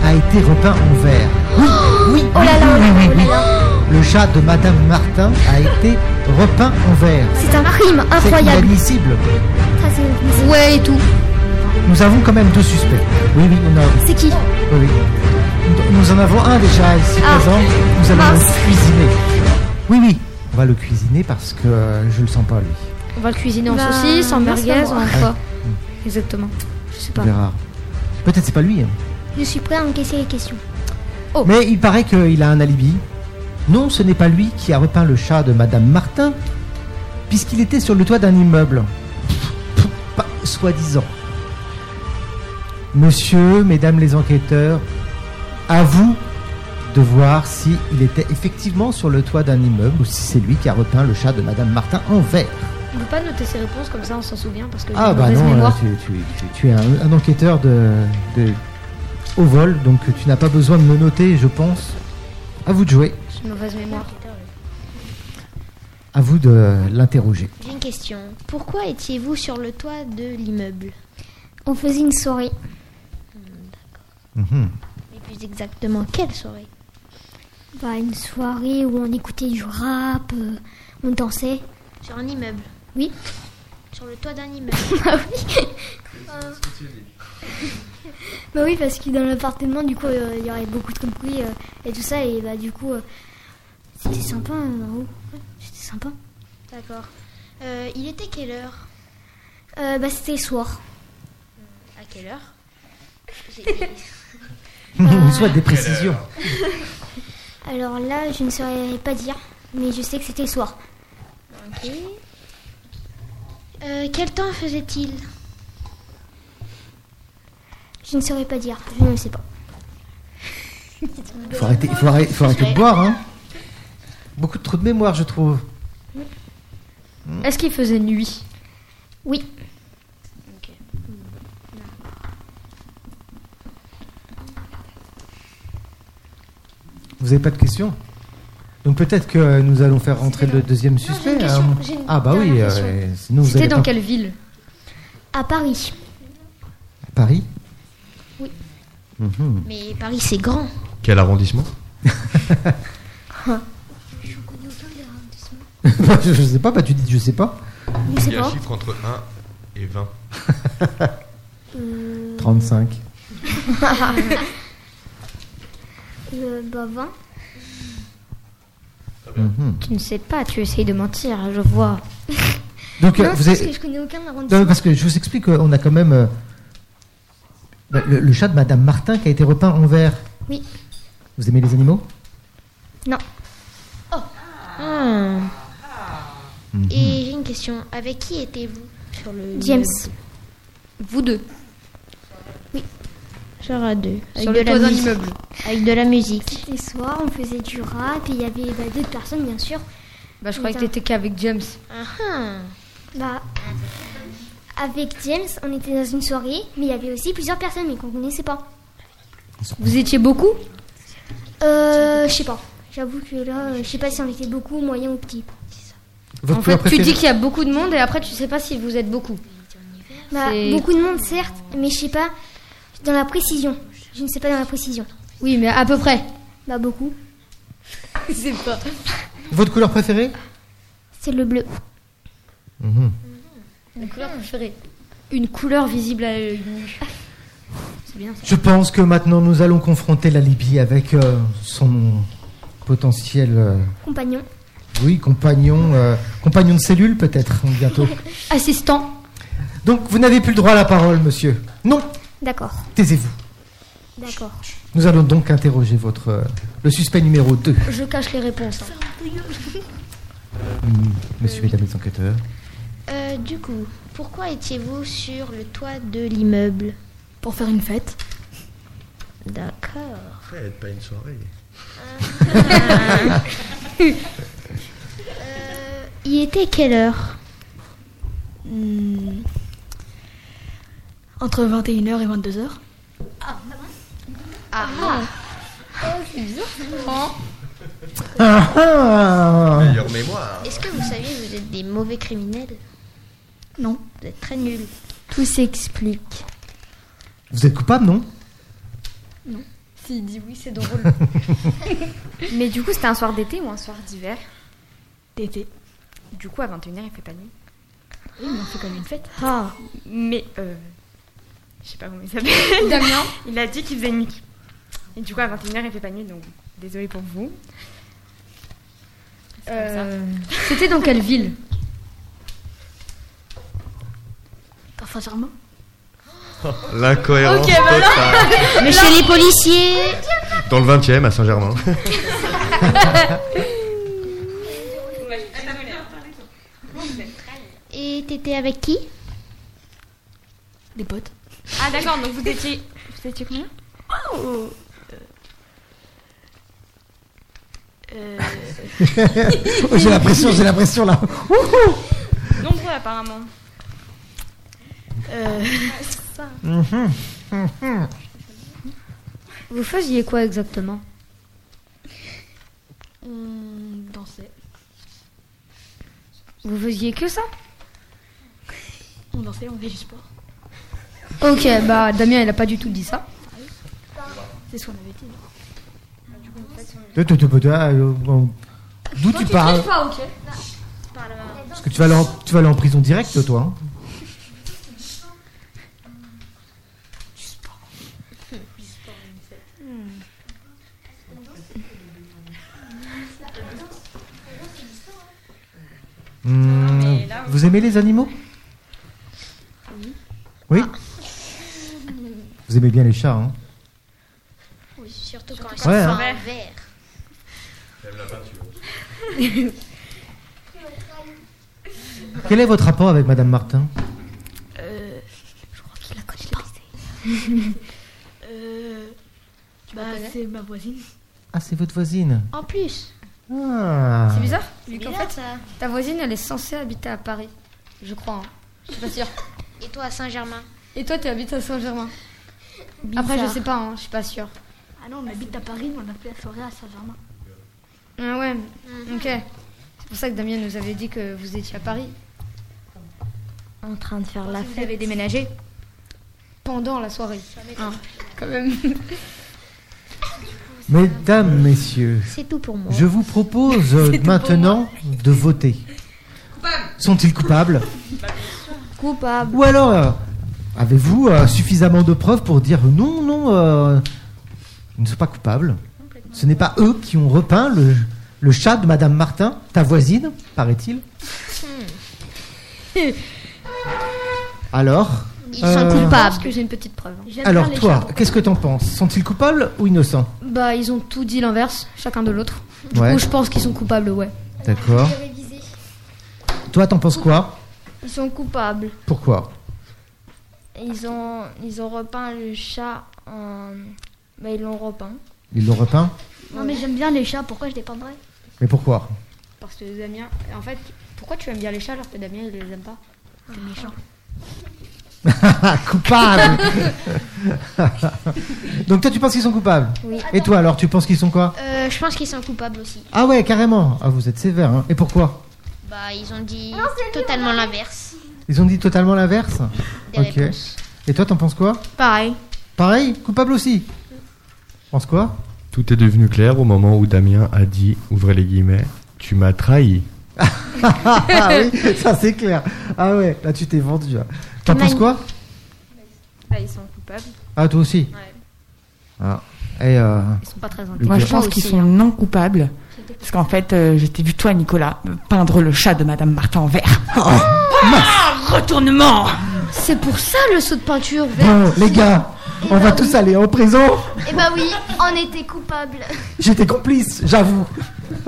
Speaker 4: a été repeint en vert. Oui, oui,
Speaker 1: Oh là
Speaker 4: oui,
Speaker 1: là,
Speaker 4: oui, oui,
Speaker 1: oh là
Speaker 4: oui.
Speaker 1: là.
Speaker 4: Le chat de Madame Martin a été repeint en vert.
Speaker 1: C'est un crime
Speaker 4: C'est
Speaker 1: incroyable.
Speaker 4: inadmissible.
Speaker 1: Ça, c'est-
Speaker 3: Ouais, et tout.
Speaker 4: Nous avons quand même deux suspects. Oui, oui, non, oui,
Speaker 1: C'est qui
Speaker 4: oui. Nous- Nous en avons un déjà ici
Speaker 1: Ah.
Speaker 4: présent. Nous allons
Speaker 1: Mince.
Speaker 4: le cuisiner. Oui, oui. On va le cuisiner parce que euh, je le sens pas, lui.
Speaker 3: On va le cuisiner en
Speaker 1: Bah,
Speaker 3: saucisse, en
Speaker 1: non,
Speaker 3: merguez,
Speaker 1: c'est
Speaker 3: en
Speaker 1: moi.
Speaker 3: quoi. Exactement. Je sais
Speaker 4: On
Speaker 3: pas.
Speaker 4: verra. Peut-être c'est pas lui. hein.
Speaker 1: Je suis prêt à encaisser les questions.
Speaker 4: Mais il paraît qu'il a un alibi. Non, ce n'est pas lui qui a repeint le chat de Madame Martin, puisqu'il était sur le toit d'un immeuble. Pas soi-disant. Monsieur, mesdames les enquêteurs, à vous de voir s'il était effectivement sur le toit d'un immeuble ou si c'est lui qui a repeint le chat de Madame Martin en vert.
Speaker 3: On peut pas noter ses réponses comme ça, on s'en souvient parce que j'ai
Speaker 4: Ah
Speaker 3: une
Speaker 4: bah
Speaker 3: mauvaise
Speaker 4: non, euh,
Speaker 3: mémoire.
Speaker 4: tu, tu- tu- tu es un, un enquêteur de, de- au vol, donc tu n'as pas besoin de me noter, je pense. À vous de jouer,
Speaker 3: J'ai une mauvaise mémoire.
Speaker 4: à vous de l'interroger.
Speaker 7: J'ai une question. Pourquoi étiez-vous sur le toit de l'immeuble
Speaker 1: On faisait une soirée.
Speaker 4: Mhm.
Speaker 7: Mais plus exactement, quelle soirée
Speaker 1: Bah, une soirée où on écoutait du rap, euh, on dansait.
Speaker 7: Sur un immeuble
Speaker 1: Oui.
Speaker 7: Sur le toit d'un
Speaker 1: (laughs)
Speaker 7: immeuble
Speaker 1: Bah oui, parce que dans l'appartement, du coup, euh, il y aurait beaucoup de bruit euh, et tout ça, et bah du coup, euh, c'était sympa euh, en haut. Ouais, c'était sympa.
Speaker 7: D'accord. Euh, il était quelle heure
Speaker 1: Euh, bah c'était le soir.
Speaker 7: À quelle heure J'ai-
Speaker 3: Ah.
Speaker 4: (laughs) On souhaite des précisions.
Speaker 1: Alors là, je ne saurais pas dire, mais je sais que c'était le soir.
Speaker 7: Ok. Euh, quel temps faisait-il
Speaker 1: Je ne saurais pas dire, je ne sais pas.
Speaker 4: Il faut arrêter, il faut arrêter, il faut arrêter de boire, hein. Beaucoup de trop de mémoire, je trouve. Hmm.
Speaker 3: Est-ce qu'il faisait nuit
Speaker 1: Oui,
Speaker 4: Vous n'avez pas de questions donc peut-être que nous allons faire rentrer le deuxième suspect.
Speaker 7: une
Speaker 4: hein.
Speaker 7: question, ah, j'ai une
Speaker 4: ah bah oui,
Speaker 7: dernière
Speaker 4: euh,
Speaker 7: question.
Speaker 4: sinon vous
Speaker 3: C'était
Speaker 4: allez
Speaker 3: dans
Speaker 4: pas-
Speaker 3: quelle ville
Speaker 1: à Paris.
Speaker 4: Paris. (laughs)
Speaker 7: Oui.
Speaker 4: Mhm.
Speaker 7: Mais Paris, c'est grand.
Speaker 2: Quel arrondissement
Speaker 4: je je sais pas, bah tu dis je sais pas.
Speaker 1: Je sais
Speaker 2: Il y a un
Speaker 1: pas.
Speaker 2: chiffre entre 1 et 20.
Speaker 7: Hmm.
Speaker 4: 35.
Speaker 1: Euh, bah 20.
Speaker 4: Mhm.
Speaker 3: Tu ne sais pas, tu essayes de mentir, je vois.
Speaker 4: Donc euh,
Speaker 1: non,
Speaker 4: vous
Speaker 1: c'est parce
Speaker 4: avez-
Speaker 1: que je connais aucun
Speaker 4: Non,
Speaker 1: arrondissement.
Speaker 4: mais parce que je vous explique qu'on a quand même euh, bah, le, le chat de Madame Martin qui a été repeint en vert.
Speaker 1: Oui.
Speaker 4: Vous aimez les animaux
Speaker 1: Non. Ah,
Speaker 7: Et j'ai une question. Avec qui étiez-vous sur le
Speaker 1: Mhm. James.
Speaker 3: Vous deux,
Speaker 7: Genre à deux. Avec
Speaker 3: sur
Speaker 7: de
Speaker 3: le
Speaker 7: la
Speaker 3: toit d'un
Speaker 7: musique.
Speaker 3: immeuble.
Speaker 7: Avec de la musique.
Speaker 1: C'était le soir, on faisait du rap, et il y avait bah, d'autres personnes, bien sûr.
Speaker 3: Bah, je croyais que
Speaker 1: Putain.
Speaker 3: t'étais qu'avec James.
Speaker 7: Ah ah.
Speaker 1: Bah, avec James, on était dans une soirée, mais il y avait aussi plusieurs personnes, mais qu'on connaissait pas.
Speaker 3: Vous étiez beaucoup
Speaker 1: Euh, je sais pas. J'avoue que là, euh, je sais pas si on était beaucoup, moyen ou petit.
Speaker 4: Votre
Speaker 3: En fait,
Speaker 4: couleur
Speaker 3: tu
Speaker 4: préférée
Speaker 3: dis qu'il y a beaucoup de monde et après, tu sais pas si vous êtes beaucoup.
Speaker 1: Bah,
Speaker 3: C'est-
Speaker 1: beaucoup de monde, certes, mais je sais pas dans la précision. Je ne sais pas dans la précision.
Speaker 3: Oui, mais à peu près.
Speaker 1: Bah
Speaker 3: (laughs)
Speaker 1: beaucoup.
Speaker 3: C'est pas.
Speaker 4: Votre couleur préférée
Speaker 1: C'est le bleu.
Speaker 4: Mhm.
Speaker 3: Une couleur préférée. Une couleur visible à l'œil nu. C'est bien ça.
Speaker 4: Je pense que maintenant nous allons confronter la Libye avec euh, son potentiel, euh,
Speaker 1: Compagnon.
Speaker 4: oui, compagnon, euh, compagnon de cellule peut-être
Speaker 3: (laughs)
Speaker 4: bientôt.
Speaker 3: Assistant.
Speaker 4: Donc vous n'avez plus le droit à la parole, monsieur. Non,
Speaker 1: D'accord.
Speaker 4: taisez-vous.
Speaker 1: D'accord.
Speaker 4: Nous allons donc interroger votre euh, le suspect numéro 2,
Speaker 3: Je cache les réponses. hein.
Speaker 4: monsieur, mesdames les enquêteurs.
Speaker 7: Euh, du coup, pourquoi étiez-vous sur le toit de l'immeuble
Speaker 3: Pour faire une fête.
Speaker 7: D'accord.
Speaker 2: Ça va être pas une soirée.
Speaker 7: Euh, il était quelle heure
Speaker 11: Hmm. Entre 21h et 22h.
Speaker 4: Ah, ah
Speaker 2: Meilleure mémoire.
Speaker 7: Est-ce que vous saviez que vous êtes des mauvais criminels
Speaker 11: Non.
Speaker 7: Vous êtes très nuls.
Speaker 5: Tout s'explique.
Speaker 4: Vous êtes coupable, non
Speaker 6: S'il dit oui, c'est drôle. (laughs) Mais du coup, c'était un soir d'été ou un soir d'hiver
Speaker 11: D'été.
Speaker 6: Du coup, à 21h, il fait pas nuit.
Speaker 11: Oui, mais on fait comme une fête.
Speaker 6: Ah Mais, euh. Je sais pas comment il s'appelle. (laughs) Damien Il a dit qu'il faisait nuit. Et du coup, à 21h, il fait pas nuit, donc désolé pour vous.
Speaker 11: Euh,
Speaker 3: C'était dans quelle ville
Speaker 11: Parfois Germain.
Speaker 2: L'incohérence
Speaker 7: bah
Speaker 2: totale.
Speaker 7: Mais chez les policiers
Speaker 2: Dans le 20 e à Saint-Germain.
Speaker 7: Et t'étais avec qui
Speaker 11: Des potes.
Speaker 6: Ah, d'accord, donc vous étiez. Vous étiez combien
Speaker 11: Euh,
Speaker 4: Oh, J'ai la pression, j'ai la pression là.
Speaker 6: Nombreux, apparemment.
Speaker 11: euh,
Speaker 4: Mhm, mhm.
Speaker 3: Vous faisiez quoi exactement
Speaker 11: on dansait.
Speaker 3: Vous faisiez que ça
Speaker 11: On dansait, on faisait du sport.
Speaker 3: Ok, bah Damien, il a pas du tout dit ça.
Speaker 11: C'est ce qu'on avait dit. non
Speaker 4: Toi, toi, toi, toi, euh, bon, D'où tu parles
Speaker 11: Ah, ok.
Speaker 7: euh,
Speaker 4: Parce que tu vas aller en, tu vas aller en prison directe, toi. hein. Hmm, vous aimez les animaux Oui. Vous aimez bien les chats, hein
Speaker 7: Oui, surtout quand ils
Speaker 4: quand ils
Speaker 7: sont
Speaker 4: sont
Speaker 7: en
Speaker 6: verts.
Speaker 7: verre.
Speaker 4: Quel est votre rapport avec Madame Martin
Speaker 11: Euh, je crois qu'il la connaît pas. euh, bah, c'est ma voisine.
Speaker 4: Ah, c'est votre voisine.
Speaker 7: En plus,
Speaker 4: Ah.
Speaker 3: C'est bizarre,
Speaker 7: c'est
Speaker 3: vu qu'en
Speaker 7: bizarre,
Speaker 3: fait,
Speaker 7: ça.
Speaker 3: ta voisine, elle est censée habiter à Paris. Je crois. hein. Je suis pas sûre.
Speaker 7: Et toi, à Saint-Germain
Speaker 3: Et toi, tu habites à Saint-Germain Après, je sais pas, hein, je suis pas sûre.
Speaker 11: Ah non, on habite à Paris, mais on a fait la soirée à Saint-Germain.
Speaker 3: Ah ouais, ok. C'est pour ça que Damien nous avait dit que vous étiez à Paris.
Speaker 5: En train de faire la
Speaker 3: Vous
Speaker 5: fête.
Speaker 3: avez déménagé pendant la soirée. Hein, quand même.
Speaker 4: Mesdames, messieurs,
Speaker 7: C'est tout pour moi.
Speaker 4: je vous
Speaker 7: (laughs)
Speaker 4: propose maintenant de voter. Sont-ils coupables
Speaker 3: Bah,
Speaker 5: Coupable.
Speaker 4: Ou alors, euh, avez-vous euh, suffisamment de preuves pour dire non, non, euh, ils ne sont pas coupables Ce n'est pas eux qui ont repeint le, le chat de Madame Martin, ta voisine, paraît-il.
Speaker 7: (laughs)
Speaker 4: Alors
Speaker 7: Hmm. Ils sont
Speaker 4: euh,
Speaker 3: Je
Speaker 7: coupables.
Speaker 3: pense que j'ai une petite preuve. hein.
Speaker 11: J'aime
Speaker 4: Alors
Speaker 11: bien les
Speaker 4: toi,
Speaker 11: chats.
Speaker 4: qu'est-ce que t'en penses Sont-ils coupables ou innocents
Speaker 3: Bah, ils ont tout dit l'inverse, chacun de l'autre. Du
Speaker 4: Ouais.
Speaker 3: coup, je pense qu'ils sont coupables, ouais.
Speaker 4: D'accord. Toi, t'en penses quoi
Speaker 5: Ils sont coupables.
Speaker 4: Pourquoi
Speaker 5: Ils ont, ils ont repeint le chat en. Bah, ils l'ont repeint.
Speaker 4: Ils l'ont repeint
Speaker 7: Non, mais j'aime bien les chats, pourquoi je les peindrais
Speaker 4: Mais pourquoi (laughs)
Speaker 3: Parce que Damien, en fait, pourquoi tu aimes bien les chats alors que Damien il les aime pas T'es méchant.
Speaker 4: Ah, coupable (laughs) Donc toi, tu penses qu'ils sont coupables
Speaker 7: Oui.
Speaker 4: Et toi, alors, tu penses qu'ils sont quoi
Speaker 7: Euh, je pense qu'ils sont coupables aussi.
Speaker 4: Ah ouais, carrément Ah, vous êtes sévère, hein. Et pourquoi
Speaker 7: Bah, ils ont
Speaker 5: Ah
Speaker 7: dit
Speaker 1: Ah
Speaker 7: totalement l'inverse
Speaker 4: Ils ont dit totalement l'inverse
Speaker 7: des
Speaker 4: Ok.
Speaker 7: réponses.
Speaker 4: Et toi, t'en penses quoi
Speaker 11: Pareil.
Speaker 4: Pareil Coupable aussi Pense quoi
Speaker 2: (laughs) Tout est devenu clair au moment où Damien a dit, ouvrez les guillemets, tu m'as trahi.
Speaker 4: Ah oui, ça c'est clair. Ah ouais, là tu t'es vendu. hein. T'en penses quoi
Speaker 6: Bah, ils sont coupables.
Speaker 4: Ah toi aussi
Speaker 6: Ouais.
Speaker 4: Ah. Et euh,
Speaker 6: sont pas très
Speaker 4: Lucas.
Speaker 8: Moi, hein. je pense qu'ils sont non coupables. Parce qu'en fait, euh, je t'ai vu, toi, Nicolas, peindre le chat de Madame Martin en vert. Ah, retournement
Speaker 3: C'est pour ça le saut de peinture
Speaker 4: Bon,
Speaker 3: verte.
Speaker 4: les gars, on va tous aller en prison.
Speaker 1: Eh bah oui, on était coupables.
Speaker 4: J'étais complice, j'avoue. (laughs)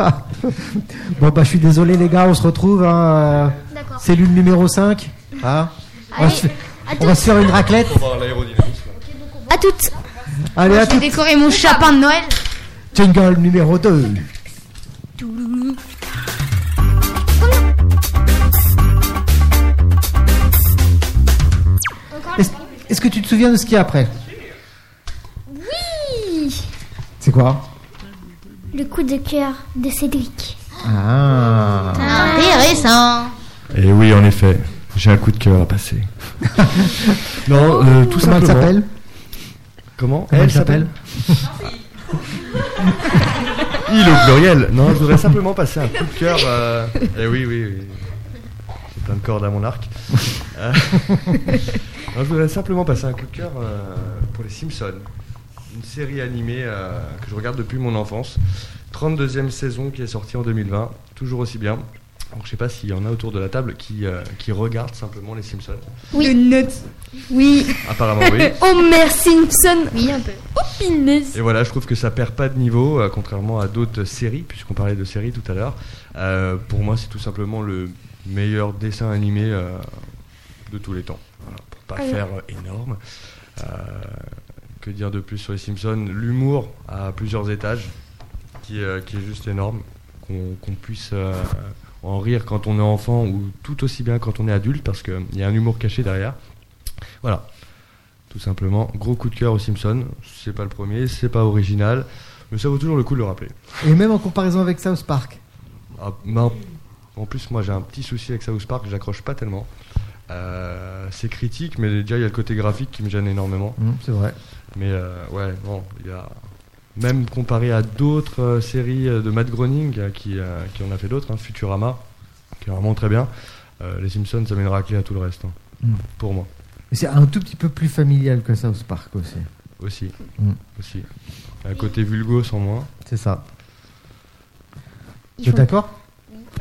Speaker 4: bon, bah, je suis désolé, les gars, on se retrouve. Hein, euh,
Speaker 1: D'accord.
Speaker 4: cellule numéro 5. Hein on, va
Speaker 1: Allez,
Speaker 4: se,
Speaker 1: à
Speaker 4: on va
Speaker 1: tous.
Speaker 4: se faire une raclette.
Speaker 1: À toutes.
Speaker 4: Allez, à
Speaker 1: Je vais
Speaker 4: toutes.
Speaker 1: décorer mon
Speaker 3: chapin de Noël.
Speaker 4: Jingle numéro 2. Est-ce est-ce que tu te souviens de ce qu'il y a après
Speaker 1: Oui
Speaker 4: C'est quoi
Speaker 1: Le coup de cœur de Cédric.
Speaker 4: Ah.
Speaker 1: Intéressant.
Speaker 2: Et oui, en effet, j'ai un coup de cœur à passer. (laughs) non, euh,
Speaker 4: Comment elle
Speaker 2: tout simplement.
Speaker 4: s'appelle
Speaker 2: Comment
Speaker 4: Comment elle s'appelle
Speaker 2: Il au pluriel. Non, je (laughs) voudrais simplement passer un coup de cœur. euh, Eh oui, oui, oui. J'ai plein de cordes à mon arc. (laughs) Euh, non, je voudrais simplement passer un coup de cœur euh, pour les Simpsons. Une série animée euh, que je regarde depuis mon enfance. 32e saison qui est sortie en 2020. Toujours aussi bien. Donc, je sais pas s'il y en a autour de la table qui, euh, qui regardent simplement les Simpsons.
Speaker 3: Oui. Oui.
Speaker 4: Ah
Speaker 3: Oh,
Speaker 2: Apparemment,
Speaker 3: (laughs)
Speaker 2: oui. (laughs)
Speaker 3: Homer Simpson. Oui, un peu. Oh, punaise.
Speaker 2: Et voilà, je trouve que ça perd pas de niveau, euh, contrairement à d'autres séries, puisqu'on parlait de séries tout à l'heure. Euh, pour moi, c'est tout simplement le meilleur dessin animé euh, de tous les temps. Voilà, pour pas
Speaker 12: Alors.
Speaker 2: faire euh, énorme. Euh, que dire de plus sur les Simpsons L'humour à plusieurs étages, qui, euh, qui est juste énorme. Qu'on qu'on puisse euh, en rire quand on est enfant ou tout aussi bien quand on est adulte, parce qu'il y a un humour caché derrière. Voilà, tout simplement. Gros coup de cœur aux Simpsons. C'est pas le premier, c'est pas original, mais ça vaut toujours le coup de le rappeler.
Speaker 4: Et même en comparaison avec South Park.
Speaker 2: Ah, mais en- en plus, moi j'ai un petit souci avec South Park, j'accroche pas tellement. Euh, c'est critique, mais déjà il y a le côté graphique qui me gêne énormément.
Speaker 4: Mm, c'est vrai.
Speaker 2: Mais euh, ouais, bon, il y a. Même comparé à d'autres euh, séries euh, de Matt Groening, euh, qui, euh, qui en a fait d'autres, hein, Futurama, qui est vraiment très bien, euh, les Simpsons, ça met une raclée à tout le reste, hein,
Speaker 4: Mm.
Speaker 2: pour moi.
Speaker 4: Mais c'est un tout petit peu plus familial que South Park aussi.
Speaker 2: Aussi.
Speaker 4: Mm.
Speaker 2: Aussi. Un côté vulgo sans moi.
Speaker 4: C'est ça.
Speaker 1: Il
Speaker 4: Tu es
Speaker 1: faut-
Speaker 4: d'accord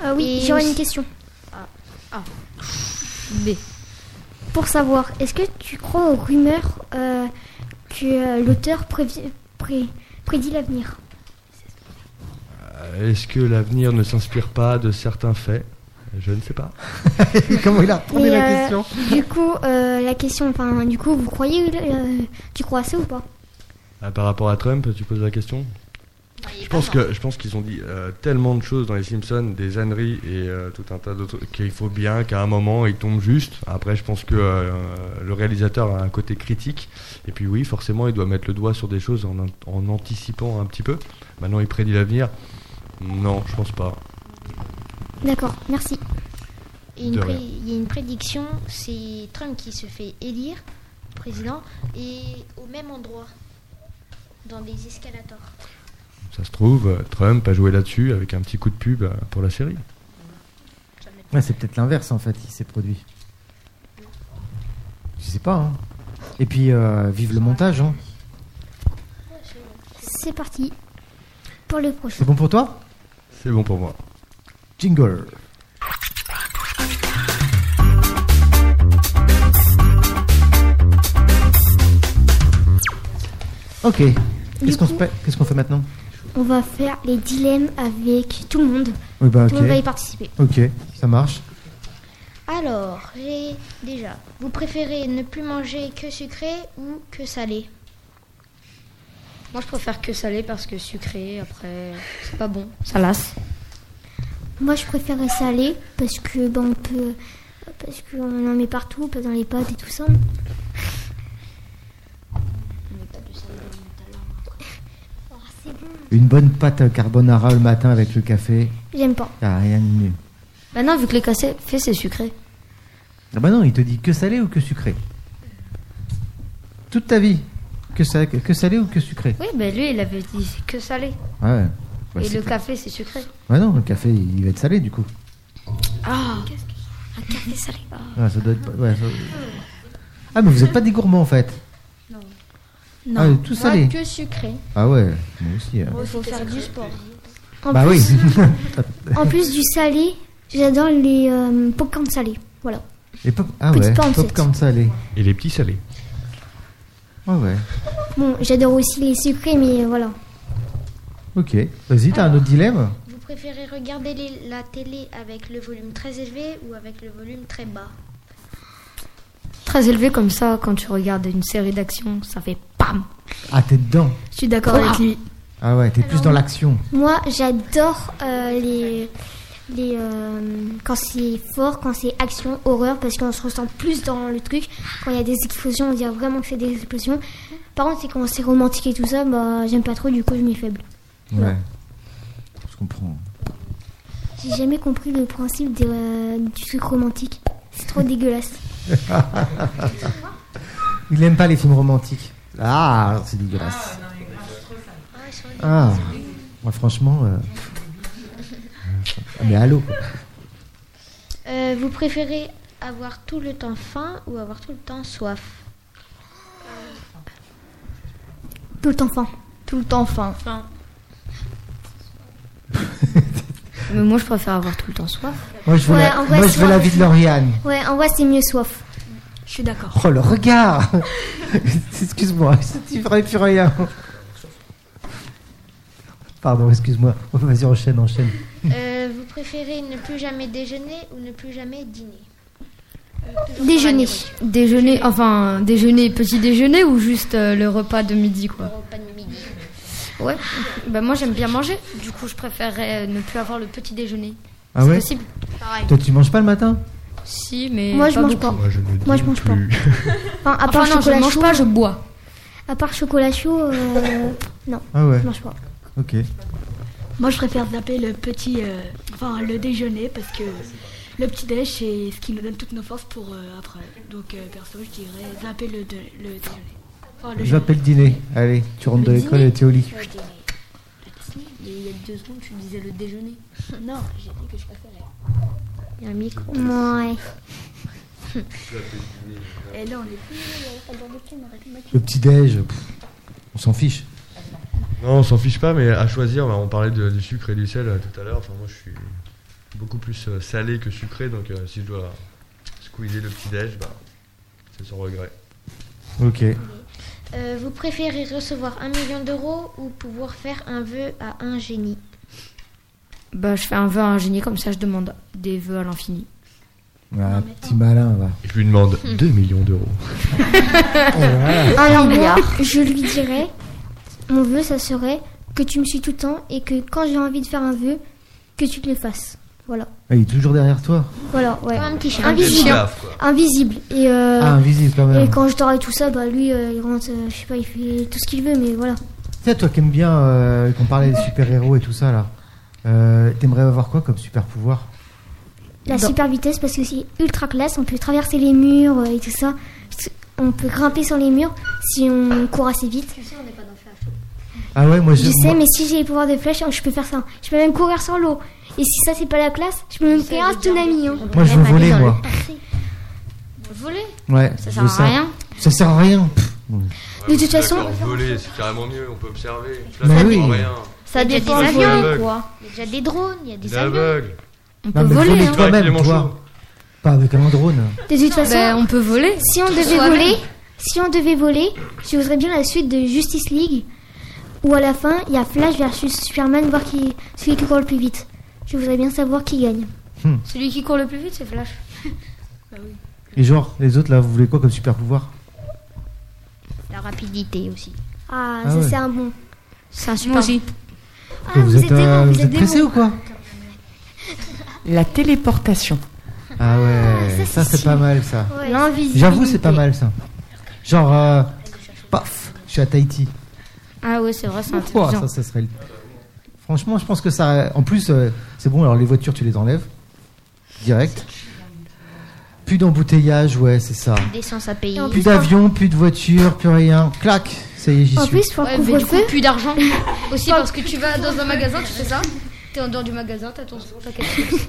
Speaker 1: Ah oui,
Speaker 7: Et
Speaker 1: j'aurais une
Speaker 7: aussi-
Speaker 1: question.
Speaker 7: Ah.
Speaker 1: B. Pour savoir, est-ce que tu crois aux rumeurs euh, que euh, l'auteur prévi- pré-
Speaker 7: (laughs)
Speaker 1: prédit l'avenir
Speaker 2: Euh, Est-ce que l'avenir ne s'inspire pas de certains faits Je ne sais pas.
Speaker 4: (laughs) Comment il a retourné
Speaker 1: Et,
Speaker 4: la
Speaker 1: euh,
Speaker 4: question
Speaker 1: Du coup, euh, la question, enfin, du coup, vous croyez, euh, tu crois à ça ou pas
Speaker 2: Ah, par rapport à Trump, tu poses la question je pense, que, je pense qu'ils ont dit euh, tellement de choses dans les Simpsons, des âneries et euh, tout un tas d'autres qu'il faut bien qu'à un moment ils tombent juste. Après, je pense que euh, le réalisateur a un côté critique. Et puis oui, forcément, il doit mettre le doigt sur des choses en, an- en anticipant un petit peu. Maintenant, il prédit l'avenir. Non, je pense pas.
Speaker 1: D'accord, merci.
Speaker 7: Et une
Speaker 2: De
Speaker 7: pré-
Speaker 2: rien.
Speaker 7: Il y a une prédiction, c'est Trump qui se fait élire président et au même endroit, dans des escalators.
Speaker 2: Ça se trouve, euh, Trump a joué là-dessus avec un petit coup de pub euh, pour la série.
Speaker 4: Ouais, c'est peut-être l'inverse en fait qui s'est produit. Je sais pas. hein. Et puis euh, vive le montage. Hein.
Speaker 1: C'est parti pour le prochain.
Speaker 4: C'est bon pour toi
Speaker 2: C'est bon pour moi.
Speaker 4: Jingle. Ok. Qu'est-ce qu'on se fait- qu'est-ce qu'on fait maintenant
Speaker 1: On va faire les dilemmes avec tout le monde.
Speaker 4: Oui, bah,
Speaker 7: Tout
Speaker 4: ok.
Speaker 7: le monde va y participer.
Speaker 4: Ok, ça marche.
Speaker 7: Alors, j'ai déjà. Vous préférez ne plus manger que sucré ou que salé
Speaker 3: Moi, je préfère que salé parce que sucré, après, c'est pas bon.
Speaker 1: Ça lasse. Moi, je préfère salé parce que ben on peut, parce qu'on en met partout, pas dans les pâtes et tout ça.
Speaker 4: Une bonne pâte carbonara le matin avec le café.
Speaker 1: J'aime pas.
Speaker 4: Y a Ah, rien de mieux.
Speaker 3: Bah non, vu que les cassés fait, c'est sucré.
Speaker 4: Ah bah non, il te dit que salé ou que sucré Toute ta vie Que, ça, que, que salé ou que sucré
Speaker 3: Oui, mais lui, il avait dit c'est que salé.
Speaker 4: Ouais. Bah,
Speaker 3: Et
Speaker 4: c'est
Speaker 3: le
Speaker 4: pas-
Speaker 3: café, c'est sucré.
Speaker 4: Ouais, non, le café, il va être salé du coup.
Speaker 3: Ah Un café salé.
Speaker 4: Ah, ça doit être pas- ouais, ça- Ah, mais vous n'êtes pas des gourmands en fait. Ah,
Speaker 5: Non,
Speaker 4: tout
Speaker 5: moi,
Speaker 4: salé.
Speaker 5: que sucré.
Speaker 4: Ah ouais, moi aussi. hein.
Speaker 5: Il faut faire du sport.
Speaker 1: En
Speaker 4: bah
Speaker 1: plus-
Speaker 4: oui.
Speaker 1: En plus du salé, j'adore les euh, popcorn salés. Voilà.
Speaker 4: (laughs) Et pop... Ah
Speaker 1: petite
Speaker 4: ouais,
Speaker 1: pancette.
Speaker 4: popcorn salé.
Speaker 2: Et les petits salés.
Speaker 4: Ouais, ouais.
Speaker 1: Bon, j'adore aussi les sucrés, mais voilà.
Speaker 4: Ok. Vas-y, t'as un autre dilemme
Speaker 7: Vous préférez regarder les- la télé avec le volume très élevé ou avec le volume très bas
Speaker 3: Très élevé comme ça, quand tu regardes une série d'action, ça fait PAM
Speaker 4: Ah, t'es dedans.
Speaker 3: Je suis d'accord
Speaker 1: Ouah.
Speaker 3: avec lui.
Speaker 4: Ah ouais, t'es plus dans l'action.
Speaker 1: Moi, j'adore euh, les. les euh, quand c'est fort, quand c'est action, horreur, parce qu'on se ressent plus dans le truc. Quand il y a des explosions, on dirait vraiment que c'est des explosions. Par contre, c'est quand c'est romantique et tout ça, bah, j'aime pas trop, du coup, je mets faible.
Speaker 4: Ouais. Je comprends.
Speaker 1: J'ai jamais compris le principe des, euh, du truc romantique. C'est trop dégueulasse.
Speaker 4: Il aime pas les films romantiques. Ah, alors c'est dégueulasse. Ah, moi franchement. euh, ah, Mais allô quoi.
Speaker 7: Euh, Vous préférez avoir tout le temps faim ou avoir tout le temps soif
Speaker 1: Tout le temps faim.
Speaker 5: Tout le temps faim.
Speaker 3: Mais moi, je préfère avoir tout le temps soif.
Speaker 4: Moi je veux,
Speaker 1: Ouais,
Speaker 4: la...
Speaker 1: en vrai,
Speaker 4: moi, je veux
Speaker 1: soif.
Speaker 4: la vie de Lauriane.
Speaker 1: Ouais, en vrai, c'est mieux soif.
Speaker 11: Je suis d'accord.
Speaker 4: Oh le regard (laughs) Excuse-moi, c'est vrai rien. Pardon, excuse-moi. Oh, Vas-y, enchaîne, enchaîne.
Speaker 7: Euh, Vous préférez ne plus jamais déjeuner ou ne plus jamais dîner
Speaker 1: Déjeuner.
Speaker 3: Déjeuner, enfin, déjeuner, petit déjeuner ou juste euh, le repas de midi, quoi
Speaker 7: Repas de midi.
Speaker 3: Ouais. bah, moi, j'aime bien manger. Du coup, je préférerais euh, ne plus avoir le petit déjeuner.
Speaker 4: Ah
Speaker 3: C'est
Speaker 4: ouais
Speaker 3: possible Pareil.
Speaker 4: Toi, tu manges pas le matin
Speaker 3: Si, mais.
Speaker 1: Moi, je mange pas.
Speaker 2: Moi, je ne
Speaker 1: Moi, je
Speaker 2: dîne
Speaker 1: mange
Speaker 2: plus. (laughs)
Speaker 1: Enfin, à part
Speaker 3: Enfin, non, je
Speaker 1: chocolat
Speaker 3: mange
Speaker 1: chaud.
Speaker 3: pas, je bois.
Speaker 1: À part chocolat
Speaker 7: (laughs)
Speaker 1: chaud, euh, non.
Speaker 4: Ah ouais.
Speaker 1: Je mange pas.
Speaker 4: Ok.
Speaker 11: Moi, je préfère zapper le petit, euh, enfin le déjeuner parce que le petit déj c'est ce qui nous donne toutes nos forces pour euh, après. Donc euh, perso, je dirais zapper le, dé- le déjeuner. Enfin, le
Speaker 4: Je vais appeler le dîner. Allez, tu rentres de
Speaker 11: Le
Speaker 4: l'école
Speaker 11: dîner.
Speaker 4: et t'es au lit.
Speaker 11: Il y a deux secondes, tu disais le déjeuner. Non, j'ai dit que je préférais.
Speaker 7: Il y a un micro.
Speaker 1: Ouais.
Speaker 11: Et là, on est
Speaker 4: Le petit déj, pff, on s'en fiche.
Speaker 2: Non, on s'en fiche pas, mais à choisir, bah, on parlait de- du sucre et du sel euh, tout à l'heure. Enfin, moi, je suis beaucoup plus euh, salé que sucré, donc euh, si je dois squeezer le petit déj, bah, c'est sans regret.
Speaker 4: Ok.
Speaker 7: Euh, vous préférez recevoir un million d'euros ou pouvoir faire un vœu à un génie
Speaker 3: Bah, je fais un vœu à un génie, comme ça, je demande des vœux à l'infini.
Speaker 4: Ah, petit malin, va.
Speaker 2: Je lui demande 2 millions d'euros.
Speaker 1: Alors moi, je lui dirais, mon vœu, ça serait que tu me suis tout le temps et que quand j'ai envie de faire un vœu, que tu te le fasses. Voilà.
Speaker 4: Ah, il est toujours derrière toi.
Speaker 1: Voilà, ouais.
Speaker 7: Comme un petit chien.
Speaker 2: Un petit
Speaker 1: Invisible.
Speaker 2: gaffe, quoi.
Speaker 1: Invisible. Et, euh,
Speaker 4: Ah, invisible quand
Speaker 1: et
Speaker 4: même.
Speaker 1: quand je t'aurai tout ça, bah lui, euh, il rentre, euh, je sais pas, il fait tout ce qu'il veut, mais voilà.
Speaker 4: Tu sais, toi qui aimes bien euh, qu'on parlait des super-héros et tout ça, là. Euh, T'aimerais avoir quoi comme super-pouvoir
Speaker 1: La super vitesse parce que c'est ultra classe, on peut traverser les murs euh, et tout ça. On peut grimper sur les murs si on court assez vite.
Speaker 7: Tu sais, on n'est pas dans Flash.
Speaker 4: Ah ouais, moi
Speaker 1: Je sais,
Speaker 4: moi-
Speaker 1: mais si j'ai les pouvoirs de flèche, oh, je peux faire ça. Je peux même courir sur l'eau. Et si ça, c'est pas la classe, je peux même faire un tsunami. hein.
Speaker 4: Moi, je veux voler, moi.
Speaker 3: Voler
Speaker 4: Ouais,
Speaker 3: Ça
Speaker 4: je
Speaker 3: sert
Speaker 4: veux
Speaker 3: à rien.
Speaker 4: Ça sert à rien. Pff,
Speaker 1: De toute façon,
Speaker 2: voler, c'est carrément mieux, on peut observer.
Speaker 4: Là, Mais ça oui. sert à rien.
Speaker 2: rien.
Speaker 7: Ça
Speaker 3: Il y a
Speaker 7: dépend
Speaker 3: des
Speaker 7: des
Speaker 2: avions,
Speaker 7: avions,
Speaker 2: aveugle.
Speaker 7: quoi. Il y a déjà des drones, il y a des
Speaker 2: Il est
Speaker 7: avions.
Speaker 2: aveugle.
Speaker 3: On
Speaker 4: Non,
Speaker 3: peut
Speaker 4: mais
Speaker 3: voler,
Speaker 4: voler
Speaker 3: hein.
Speaker 2: Ouais,
Speaker 4: toi-même,
Speaker 2: Clément
Speaker 4: toi. Pas avec un drone.
Speaker 1: de toute façon,
Speaker 3: Bah, on peut voler.
Speaker 1: si on devait
Speaker 3: Soi-même.
Speaker 1: voler, si on devait voler, je voudrais bien la suite de Justice League où à la fin, il y a Flash versus Superman, voir qui celui qui court le plus vite. Je voudrais bien savoir qui gagne.
Speaker 3: Celui qui court le plus vite, c'est Flash.
Speaker 4: Et genre, les autres, là, vous voulez quoi comme super-pouvoir
Speaker 7: La rapidité aussi.
Speaker 1: Ah,
Speaker 4: Ah
Speaker 1: ça
Speaker 4: ouais.
Speaker 1: c'est un bon.
Speaker 3: C'est un super.
Speaker 1: Ah, vous, êtes, des
Speaker 4: euh,
Speaker 1: bons,
Speaker 4: vous êtes
Speaker 1: des
Speaker 4: pressés
Speaker 1: bons.
Speaker 4: ou quoi
Speaker 8: La téléportation.
Speaker 4: Ah ouais,
Speaker 1: ça,
Speaker 4: ça,
Speaker 1: c'est
Speaker 4: c'est pas mal, ça.
Speaker 1: Ouais.
Speaker 3: L'invisibilité.
Speaker 4: J'avoue, c'est pas mal, ça. Genre, euh, paf, je suis à Tahiti.
Speaker 3: Ah ouais, c'est vrai, c'est
Speaker 4: Pourquoi
Speaker 3: intelligent.
Speaker 4: ça, ça serait... le- Franchement, je pense que ça. En plus, euh, c'est bon. Alors les voitures, tu les enlèves direct. Plus d'embouteillage, ouais, c'est ça.
Speaker 7: Des sens à payer.
Speaker 1: Et en
Speaker 4: Plus d'avions, plus de voitures, plus rien. Clac, c'est ça y est, j'y
Speaker 1: En
Speaker 4: suis.
Speaker 1: plus, pour
Speaker 3: Ouais, mais du coup,
Speaker 1: couvre-feu. (laughs)
Speaker 3: plus d'argent. Aussi
Speaker 1: Pas
Speaker 3: parce que tu vas dans un
Speaker 1: couvre-feu.
Speaker 3: magasin, tu fais ça. T'es en dehors du magasin, t'as ton paquet de chips.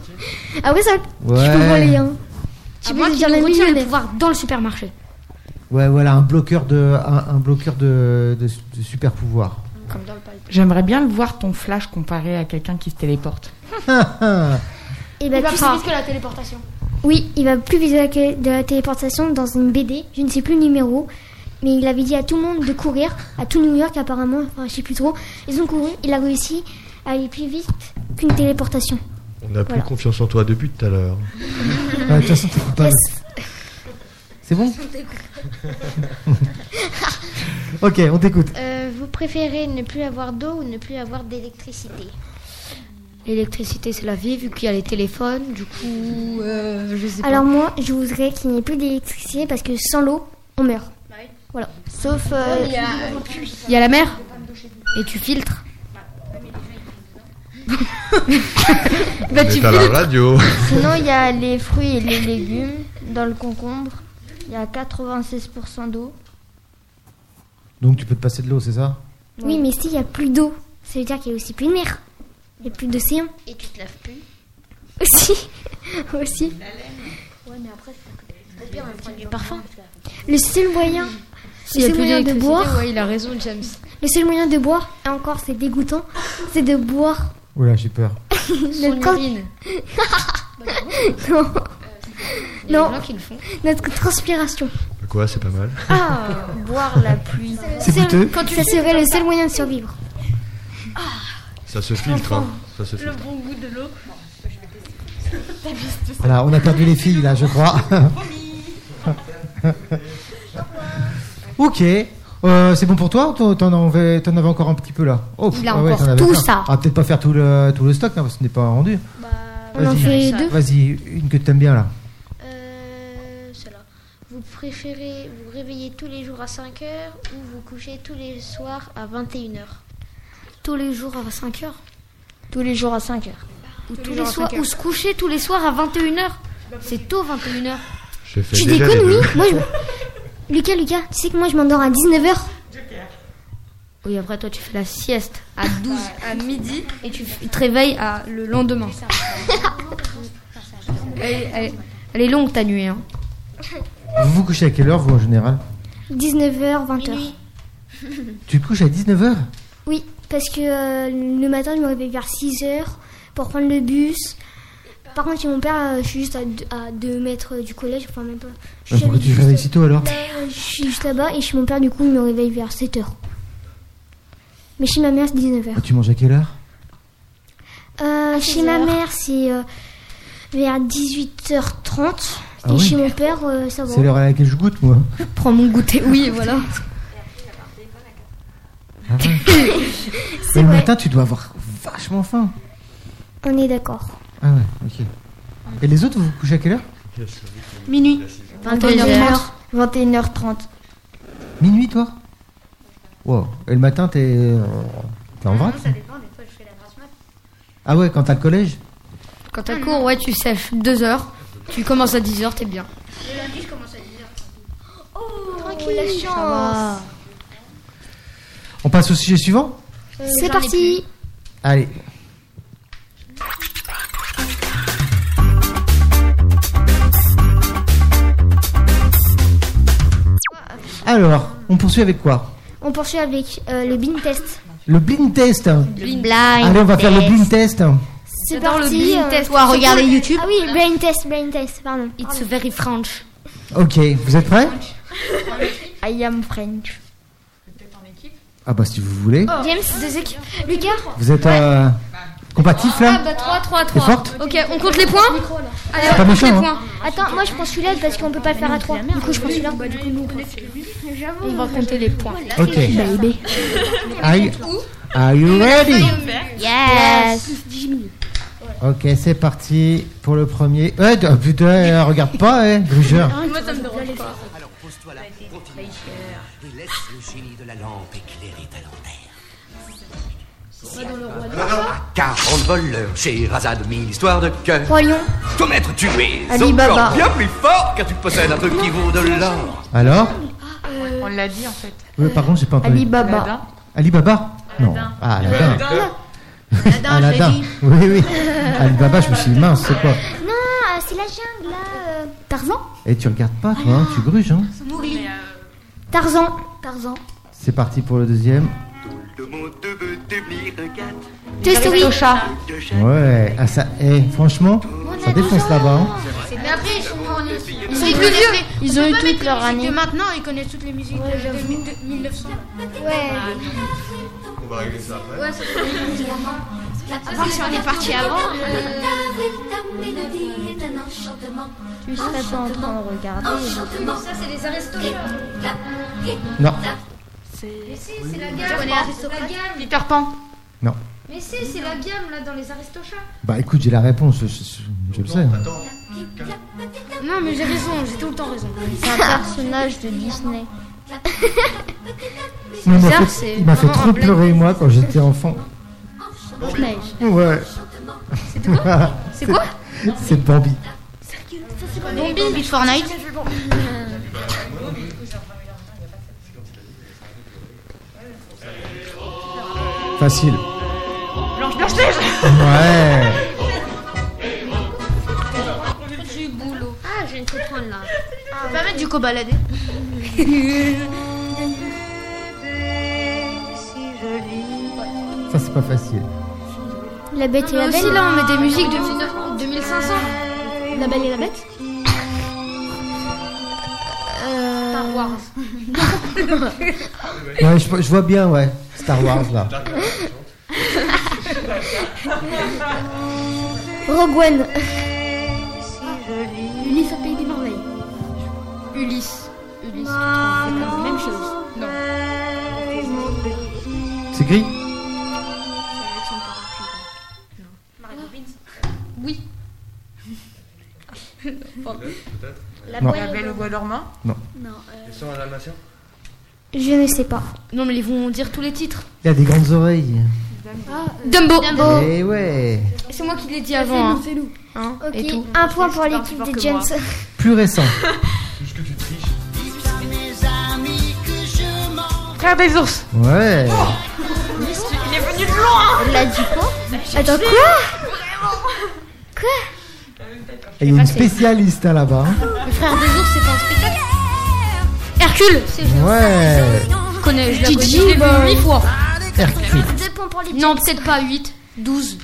Speaker 1: Ah oui, ça, tu peux
Speaker 4: Ouais.
Speaker 1: voler. Hein.
Speaker 3: Tu
Speaker 1: Tu
Speaker 3: moi
Speaker 1: peux
Speaker 3: qui
Speaker 1: dire
Speaker 3: nous
Speaker 1: la
Speaker 3: retient le
Speaker 1: millionnaire.
Speaker 3: pouvoir dans le supermarché.
Speaker 4: Ouais, voilà, un bloqueur de, un, un bloqueur de, de- de super pouvoir. (laughs)
Speaker 3: Comme dans le palais.
Speaker 8: J'aimerais bien le voir ton flash comparé à quelqu'un qui se téléporte.
Speaker 4: Ah,
Speaker 1: Et
Speaker 3: Il
Speaker 1: bah,
Speaker 3: va
Speaker 1: tu
Speaker 3: plus
Speaker 1: seras-
Speaker 3: vite que la téléportation.
Speaker 1: Oui, il va plus vite que de la téléportation dans une BD, je ne sais plus le numéro, mais il avait dit à tout le monde de courir, à tout New York apparemment, enfin je sais plus trop. Ils ont couru, il a réussi à aller plus vite qu'une téléportation.
Speaker 2: On n'a plus
Speaker 1: Voilà.
Speaker 2: confiance en toi depuis tout à l'heure.
Speaker 4: Ouais, De toute façon, t'écoutes pas. C'est bon (laughs) Ok, on t'écoute.
Speaker 3: Euh, vous préférez ne plus avoir d'eau ou ne plus avoir d'électricité L'électricité, c'est la vie, vu qu'il y a les téléphones, du coup, euh, je sais
Speaker 1: Alors
Speaker 3: pas.
Speaker 1: moi, je voudrais qu'il n'y ait plus d'électricité parce que sans l'eau, on meurt. Voilà.
Speaker 5: Sauf. euh,
Speaker 3: Il y a la mer Et tu filtres
Speaker 2: On est à la radio. (laughs) Bah,
Speaker 5: Sinon, il y a les fruits et les légumes. Dans le concombre, il y a 96% d'eau.
Speaker 4: Donc tu peux te passer de l'eau, c'est ça
Speaker 1: Oui, mais s'il n'y a plus d'eau, ça veut dire qu'il y a aussi plus de mer, il n'y a plus d'océan.
Speaker 3: Et tu te laves plus
Speaker 1: Aussi, (laughs) aussi.
Speaker 3: Ouais, mais après, c'est Au pire, on prend du parfum.
Speaker 1: Le seul moyen, le seul moyen de boire,
Speaker 3: Ouais, il a raison, James.
Speaker 1: le seul moyen de boire, et encore c'est dégoûtant, c'est de boire
Speaker 4: Oula, Oh j'ai peur.
Speaker 1: Notre
Speaker 3: Son
Speaker 1: co- (laughs)
Speaker 3: urine. Euh,
Speaker 1: non.
Speaker 3: Il y a
Speaker 1: Non.
Speaker 3: des gens qui le font.
Speaker 1: Notre transpiration.
Speaker 2: Quoi, c'est pas mal.
Speaker 1: Ah,
Speaker 5: Boire la pluie.
Speaker 4: C'est coûteux
Speaker 1: Quand tu ça serait le seul moyen de survivre.
Speaker 2: Ça se filtre, hein. Ça se filtre.
Speaker 13: bon goût de l'eau.
Speaker 4: Voilà, on a perdu les filles, là, je crois. ok. Euh, c'est bon pour toi ou T'en en avais, t'en avais encore un petit peu là oh,
Speaker 3: Il a
Speaker 4: ah ouais,
Speaker 3: encore
Speaker 4: t'en avais
Speaker 1: tout
Speaker 4: plein.
Speaker 1: ça.
Speaker 4: On va peut-être pas faire tout le, tout le stock, hein, parce que ce n'est pas rendu.
Speaker 1: On en
Speaker 4: Vas-y.
Speaker 1: fait deux.
Speaker 4: Vas-y, une que t'aimes bien là.
Speaker 3: Euh, cela. Vous préférez vous réveiller tous les jours à 5h ou vous coucher tous les soirs à 21h
Speaker 1: Tous les jours à 5 heures.
Speaker 5: Tous les jours à 5 heures.
Speaker 3: Ou
Speaker 13: les
Speaker 3: tous les
Speaker 13: jours à
Speaker 3: soirs
Speaker 13: 5 heures.
Speaker 3: ou se coucher tous les soirs à 21h C'est tôt 21h.
Speaker 2: J'ai fait
Speaker 1: Tu
Speaker 2: déjà les
Speaker 1: déconnes, oui
Speaker 2: deux.
Speaker 1: Moi, je... Lucas, Lucas, tu sais que moi je m'endors à 19h.
Speaker 3: Oui, après toi tu fais la sieste à 12 à midi et tu f- te réveilles à le lendemain. elle, elle- elle est longue ta nuit hein.
Speaker 4: Vous vous couchez à quelle heure, vous, en général
Speaker 1: 19h, 20h.
Speaker 3: Minuit.
Speaker 4: Tu te couches à 19h
Speaker 1: Oui, parce que euh, le matin je me réveille vers 6h pour prendre le bus. Par contre, chez mon père, euh, je suis juste à 2, mètres euh, du collège, enfin même pas. Je suis
Speaker 4: Euh, Pourquoi
Speaker 1: avec-
Speaker 4: tu te réveilles si tôt alors
Speaker 1: Euh, Je suis juste là-bas et chez mon père, du coup, il me réveille vers 7h. Mais chez ma mère, c'est 19h.
Speaker 4: Ah, Tu manges à quelle heure
Speaker 5: Ah,
Speaker 1: Euh, chez ma
Speaker 3: 16h.
Speaker 1: mère, c'est euh, vers 18h30.
Speaker 4: Ah
Speaker 1: et
Speaker 4: oui.
Speaker 1: chez mon père, euh, ça va.
Speaker 4: C'est l'heure à laquelle je goûte, (laughs) moi.
Speaker 3: Prends mon goûter. Oui, voilà.
Speaker 4: Ah ouais. Mais le matin, tu dois avoir vachement faim.
Speaker 1: On est d'accord.
Speaker 4: Ah ouais, ok. Et les autres, vous vous couchez à quelle heure
Speaker 5: Minuit.
Speaker 3: 21h.
Speaker 5: 21h30.
Speaker 4: Minuit, toi Wow. Et le matin, t'es euh, t'es en vrac
Speaker 13: Ça dépend, des fois je fais la grasse mat.
Speaker 4: Ah ouais, quand t'as le collège
Speaker 3: Quand t'as cours, ouais, tu sèches 2 heures. Tu commences à 10 heures, t'es bien.
Speaker 5: Tranquille, Oh, la chance.
Speaker 4: On passe au sujet suivant
Speaker 5: Euh,
Speaker 1: c'est parti
Speaker 4: Allez. Alors, on poursuit avec quoi
Speaker 1: On poursuit avec euh, le bin test.
Speaker 4: Le blind test
Speaker 3: Blind. euh,
Speaker 4: Allez, on va faire le blind test
Speaker 1: C'est
Speaker 3: J'adore le
Speaker 1: parti. euh,
Speaker 3: blind test. Ou à regarder YouTube.
Speaker 1: Ah oui, brain test, brain test, pardon.
Speaker 3: It's very French.
Speaker 4: Ok, vous êtes prêts
Speaker 5: I am French. Oh.
Speaker 4: Ah bah si vous voulez.
Speaker 1: James, Zezek, Lucas
Speaker 4: Vous êtes euh, compatifs là
Speaker 3: Ah bah 3, 3,
Speaker 4: T'es
Speaker 3: 3.
Speaker 4: forte
Speaker 3: Ok, on compte les points Allez,
Speaker 4: C'est
Speaker 3: on
Speaker 4: pas
Speaker 3: compte les
Speaker 4: méchant, hein.
Speaker 3: points.
Speaker 1: Attends, moi je prends celui-là parce qu'on peut pas le faire à 3. Du coup, je prends celui-là.
Speaker 3: On va compter les points.
Speaker 5: bah,
Speaker 4: Ok. Are you, are you ready
Speaker 3: Yes
Speaker 4: Ok, c'est parti pour le premier. Eh, d- putain, eh, regarde pas, eh, grugeur.
Speaker 10: Alors pose-toi là, continue. Et laisse le génie de la lampe éclairer ta lanterne. Car on vole Sherazade, mille histoires de cœur.
Speaker 1: Roi Lion.
Speaker 10: Toi, maître, tu es
Speaker 5: Alibaba.
Speaker 10: encore bien plus fort car tu possèdes un truc qui vaut de l'or.
Speaker 4: Alors
Speaker 14: Euh,
Speaker 8: On l'a dit en fait.
Speaker 4: Oui, pardon, j'ai pas entendu.
Speaker 8: Aladdin.
Speaker 4: Alibaba Non. Ah, Aladdin.
Speaker 1: Aladdin, je l'ai dit.
Speaker 4: Oui, oui. Alibaba, je me suis dit, mince, c'est quoi
Speaker 1: Non, euh, c'est la jungle, là. euh, Tarzan
Speaker 4: Et Eh, tu regardes pas, toi, hein, tu gruges, hein
Speaker 1: Mowgli. Tarzan. Tarzan.
Speaker 4: C'est parti pour le deuxième.
Speaker 1: Toy Story.
Speaker 4: Ouais, ah, ça, eh, franchement,
Speaker 1: bah,
Speaker 4: ça défonce là-bas. hein.
Speaker 3: Mais après, ils sont en
Speaker 15: Ils sont plus vieux. Ils ont eu toute leur année.
Speaker 3: De maintenant, ils connaissent toutes les musiques de- de, mi- de 1900.
Speaker 16: On va régler ça après.
Speaker 3: Ouais, c'est
Speaker 17: À part si on est parti avant.
Speaker 1: Je serais pas en train de regarder.
Speaker 3: Non, ça, c'est les aristocrates.
Speaker 4: Non,
Speaker 3: Mais si, c'est la gamme.
Speaker 15: On est aristocrates.
Speaker 3: Peter Pan.
Speaker 4: non.
Speaker 3: Mais si, c'est la gamme là dans les aristochats.
Speaker 4: Bah écoute, j'ai la réponse, je, je- je le sais. hein.
Speaker 3: Non, mais j'ai raison, j'ai tout le temps raison.
Speaker 1: C'est un personnage de Disney.
Speaker 4: Mais il m'a
Speaker 1: bizarre,
Speaker 4: fait-
Speaker 1: c'est
Speaker 4: il m'a fait
Speaker 1: vraiment un
Speaker 4: trop
Speaker 1: bled.
Speaker 4: pleurer, moi, quand j'étais enfant.
Speaker 1: Blanche-Neige.
Speaker 4: Ouais. C'est (laughs) quoi
Speaker 1: C'est quoi
Speaker 4: C'est Bambi.
Speaker 3: Bombi, Beat Fortnite.
Speaker 4: Facile.
Speaker 8: Blanche Blanche-Neige
Speaker 4: Ouais.
Speaker 3: Du boulot. Ah, j'ai une petite prendre là. On va mettre du cobaladé.
Speaker 4: Ça, c'est pas facile.
Speaker 1: La bête et
Speaker 3: Mais
Speaker 1: la
Speaker 3: aussi
Speaker 1: belle.
Speaker 3: là, on met des musiques de 2500.
Speaker 1: La belle et la bête Euh,
Speaker 3: Star Wars.
Speaker 4: Ouais, je, je vois bien, ouais. Star Wars, là.
Speaker 1: Rogue One.
Speaker 3: Ulysse au pays des merveilles. Ulysse. Ulysse. la même chose. Non.
Speaker 4: C'est gris
Speaker 3: Oui.
Speaker 16: Peut-être.
Speaker 3: La
Speaker 4: Non.
Speaker 8: La belle au bois dormant
Speaker 4: Non.
Speaker 3: Non.
Speaker 16: Question à l'animation
Speaker 1: Je ne sais pas.
Speaker 3: Non, mais ils vont dire tous les titres.
Speaker 4: Il a des grandes oreilles.
Speaker 3: Dumbo.
Speaker 4: Eh ouais.
Speaker 3: C'est moi qui l'ai dit avant.
Speaker 1: C'est nous,
Speaker 3: hein.
Speaker 1: Ok,
Speaker 3: Et tout.
Speaker 1: un point pour
Speaker 3: Plus
Speaker 1: l'équipe
Speaker 3: fort
Speaker 1: des
Speaker 3: que
Speaker 1: Jens.
Speaker 3: moi.
Speaker 4: Plus récent.
Speaker 8: Frère des ours
Speaker 4: Ouais.
Speaker 8: Il est venu de loin
Speaker 1: Là, du coup. (laughs) Attends, quoi
Speaker 4: Et il y a une spécialiste hein, là-bas. hein.
Speaker 3: Le frère des ours, c'est un spectacle. Hercule. C'est
Speaker 4: Ouais.
Speaker 3: Je connais, je l'ai
Speaker 1: Gigi,
Speaker 3: vu
Speaker 1: bah,
Speaker 3: 8 fois.
Speaker 4: Hercule.
Speaker 1: Deux points pour les
Speaker 3: Non, peut-être pas 8, 12.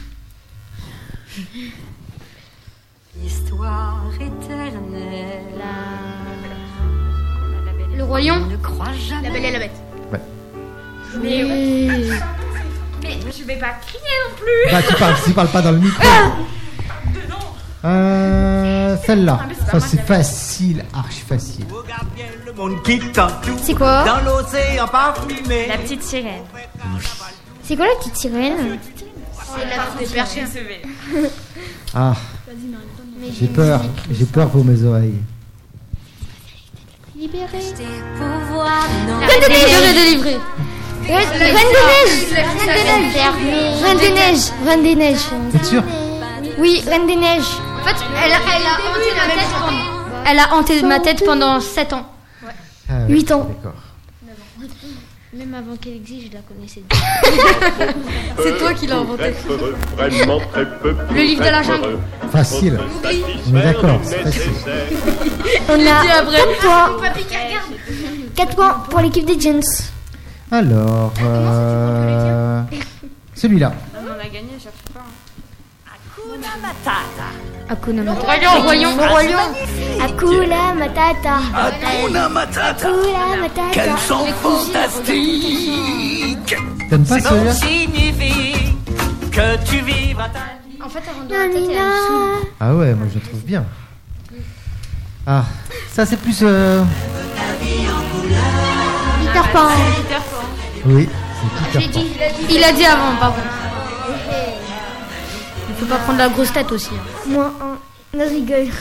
Speaker 17: Histoire éternelle.
Speaker 3: Le royaume.
Speaker 17: Ne crois jamais.
Speaker 3: La belle et la bête.
Speaker 6: Mais
Speaker 3: ouais.
Speaker 6: Mais je vais pas crier non plus
Speaker 4: Bah, tu parles, tu parles pas dans le micro. Euh, celle-là. Ça, c'est facile. Archi facile.
Speaker 10: Le monde quitte
Speaker 1: C'est quoi
Speaker 10: dans l'océan parfumé.
Speaker 6: La petite sirène.
Speaker 1: C'est quoi la petite sirène
Speaker 6: C'est la petite sirène.
Speaker 4: Ah, j'ai peur. J'ai peur pour mes oreilles.
Speaker 1: Libérée.
Speaker 3: Reine de neige. délivré.
Speaker 1: Reine de neige Reine des neiges Reine des neiges
Speaker 4: T'es sûr
Speaker 1: Oui, Reine des neiges.
Speaker 3: En fait, elle a, elle a hanté ma tête pendant... Elle a hanté ma tête pendant 7 ans.
Speaker 4: Ah ouais,
Speaker 1: Huit ans.
Speaker 4: D'accord.
Speaker 15: Même avant qu'elle existe, je la connaissais.
Speaker 3: C'est toi qui l'as inventé.
Speaker 2: Vraiment très peu.
Speaker 3: Le livre de la jungle.
Speaker 4: Facile. On est d'accord. C'est facile.
Speaker 1: On a
Speaker 3: dit après.
Speaker 1: 4 points.
Speaker 3: Papy qui regarde.
Speaker 1: 4 points pour l'équipe des Jens.
Speaker 4: Alors, euh, celui-là.
Speaker 6: On en a gagné, je cherche pas. hein.
Speaker 1: Hakuna Matata.
Speaker 3: Royaume, royaume, royaume.
Speaker 1: Hakuna Matata.
Speaker 10: Hakuna Matata.
Speaker 1: Hakuna Matata.
Speaker 10: Ah. Quel chant fantastique.
Speaker 4: T'aimes pas celui-là
Speaker 10: signifie que tu vivras ta
Speaker 3: En fait, avant de
Speaker 1: Non,
Speaker 3: la tête, elle me saoule.
Speaker 1: non.
Speaker 4: Ah ouais, moi je le trouve bien. Ah, ça c'est plus. euh,
Speaker 1: Peter Pan.
Speaker 4: Oui, c'est Peter Pan.
Speaker 3: Il a dit avant, pardon. Il faut pas prendre la grosse tête aussi. hein.
Speaker 1: Moins 1. Non, je rigole.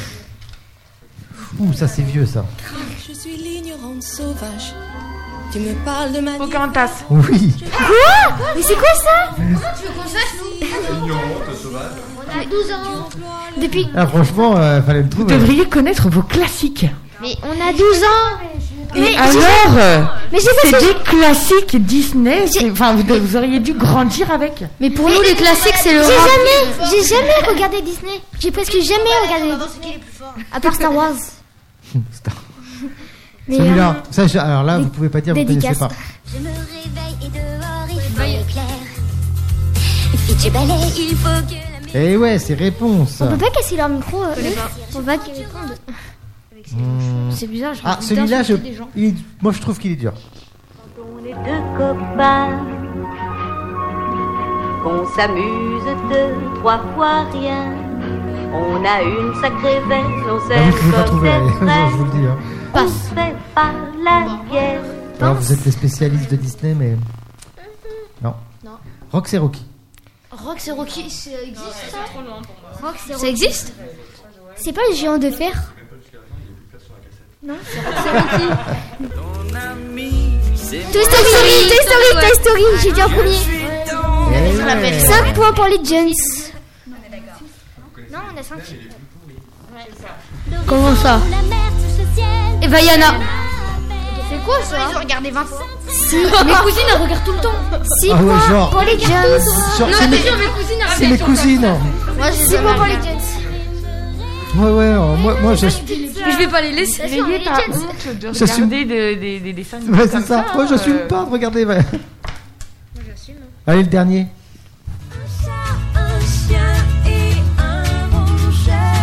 Speaker 4: Ouh, ça c'est vieux ça.
Speaker 18: Je suis l'ignorante sauvage. Tu me parles de ma vie.
Speaker 8: Pocahontas
Speaker 4: Oui,
Speaker 1: Quoi Mais c'est quoi ça
Speaker 15: On a 12 ans.
Speaker 1: Depuis.
Speaker 4: ah, franchement, euh, fallait le
Speaker 8: Vous
Speaker 4: trouver.
Speaker 8: devriez connaître vos classiques
Speaker 1: Mais on a 12 ans
Speaker 8: Et
Speaker 1: Mais-
Speaker 8: alors
Speaker 1: Mais j'ai pas
Speaker 8: C'est
Speaker 1: fait-
Speaker 8: des classiques Disney. c'est- Enfin, vous, vous auriez dû grandir avec.
Speaker 3: Mais pour nous, les classiques, c'est le
Speaker 1: J'ai
Speaker 3: rap.
Speaker 1: jamais, j'ai jamais regardé Disney. J'ai presque jamais regardé. À part Star Wars. Mais,
Speaker 4: hein. Celui-là,
Speaker 1: euh,
Speaker 4: ça, je- alors là, vous pouvez pas dire, vous connaissez
Speaker 19: dédicace.
Speaker 4: pas.
Speaker 19: Je me réveille et dehors il faut l'éclair. Et tu balais, il faut que la
Speaker 4: Eh ouais, c'est réponse.
Speaker 1: On peut pas casser leur micro. euh,
Speaker 19: connais
Speaker 1: eux
Speaker 19: pas.
Speaker 1: On va qu'ils répondent.
Speaker 4: Hmm.
Speaker 1: C'est bizarre, je
Speaker 4: Ah,
Speaker 1: regarde
Speaker 4: celui-là, je...
Speaker 1: d'insulter les gens.
Speaker 4: il est- moi, je trouve qu'il est dur.
Speaker 14: deux copains, qu'on s'amuse deux, trois fois rien. On a une sacrée belle, on
Speaker 4: Ah,
Speaker 14: s'aime
Speaker 4: vous pouvez pas
Speaker 14: comme
Speaker 4: trouver,
Speaker 14: des frères.
Speaker 4: (laughs) je vous le dis. hein.
Speaker 14: On fait pas la guerre.
Speaker 4: Alors, vous êtes les spécialistes de Disney, mais. Non.
Speaker 7: Non.
Speaker 4: Rock, c'est Rocky.
Speaker 7: Rock, c'est Rocky, ça existe ça Rock, c'est
Speaker 1: Ça existe C'est pas les géants de fer Non, c'est Toy Story, Toy Story, Toy Story, j'ai dit en
Speaker 4: Eh
Speaker 1: premier. 5 points pour les Jones.
Speaker 5: Non, on a 5.
Speaker 1: Comment ça
Speaker 3: Et bah, Yana.
Speaker 5: C'est quoi ça Ils ont regardé 20 fois.
Speaker 1: Si,
Speaker 3: Mes cousines, elles regardent tout le temps.
Speaker 1: Six
Speaker 4: Ah ouais,
Speaker 1: points
Speaker 4: genre.
Speaker 1: pour les Jones.
Speaker 4: Genre, c'est mes- C'est mes cousines.
Speaker 1: Moi,
Speaker 3: j'ai
Speaker 1: Six
Speaker 3: jamais
Speaker 1: points pour les
Speaker 3: regardé.
Speaker 1: Jones.
Speaker 4: Ouais, ouais, euh, moi, moi je.
Speaker 3: Je vais pas les laisser.
Speaker 8: Ayez pas honte de
Speaker 4: Je suis-
Speaker 8: regarder des- des- des dessins animés
Speaker 4: Ouais,
Speaker 8: comme
Speaker 4: c'est ça.
Speaker 8: ça,
Speaker 4: Moi,
Speaker 8: euh,
Speaker 4: j'assume pas de regarder. ouais. Allez, le dernier.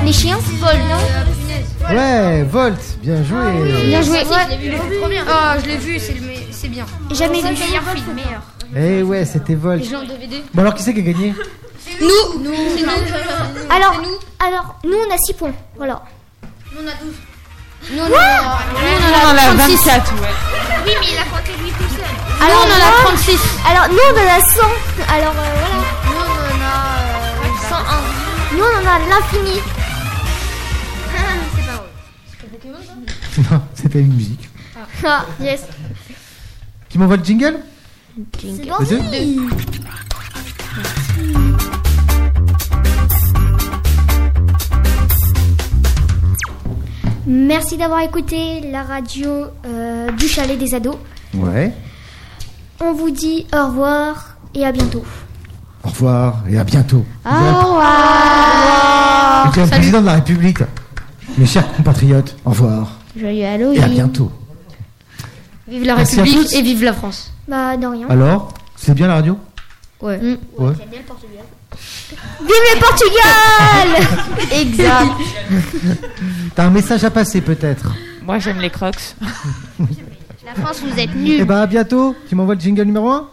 Speaker 1: Les chiens Paul,
Speaker 4: Ouais, Volt, bien joué.
Speaker 1: Bien joué.
Speaker 3: Ah, je l'ai vu, c'est le me- c'est bien.
Speaker 1: Jamais
Speaker 3: C'est
Speaker 1: vu.
Speaker 3: le meilleur film. Meilleur.
Speaker 4: Eh ouais, c'était Volt.
Speaker 3: Et je l'ai en DVD.
Speaker 4: Bon, alors, qui c'est qui a gagné (laughs)
Speaker 1: Nous, nous.
Speaker 3: C'est nous.
Speaker 1: Alors, alors, nous on a 6 points. Voilà.
Speaker 12: Nous, on a 12.
Speaker 1: Nous
Speaker 12: on en a-
Speaker 8: on en a 24, ouais.
Speaker 12: Oui, mais il a compté lui tout seul.
Speaker 1: Alors, nous, on en a 36. Alors, nous, on en a 100. Alors, euh, voilà. Nous, on en a euh, 101. Nous, on en a l'infini.
Speaker 12: C'est pas vrai.
Speaker 4: Non, c'était une musique.
Speaker 1: Ah, yes.
Speaker 4: Qui m'envoie le jingle
Speaker 1: C'est
Speaker 4: Les deux
Speaker 1: gentil. Merci d'avoir écouté la radio euh, du chalet des ados.
Speaker 4: Ouais.
Speaker 1: On vous dit au revoir et à bientôt.
Speaker 4: Au revoir et à bientôt.
Speaker 1: Au revoir.
Speaker 4: Et puis, le président de la République. Mes chers compatriotes, au revoir
Speaker 7: Joyeux
Speaker 4: et à
Speaker 7: Halloween.
Speaker 4: bientôt.
Speaker 7: Vive la
Speaker 4: Merci à
Speaker 7: République
Speaker 4: tous.
Speaker 7: et vive la France.
Speaker 1: Bah, de rien.
Speaker 4: Alors, c'est bien la radio
Speaker 7: Ouais.
Speaker 3: Mm.
Speaker 4: Ouais.
Speaker 1: Vive le Portugal
Speaker 7: Exact.
Speaker 4: T'as un message à passer peut-être
Speaker 8: Moi, j'aime les crocs.
Speaker 7: La France, vous êtes
Speaker 4: Eh ben, Et bah à bientôt, tu m'envoies le jingle numéro 1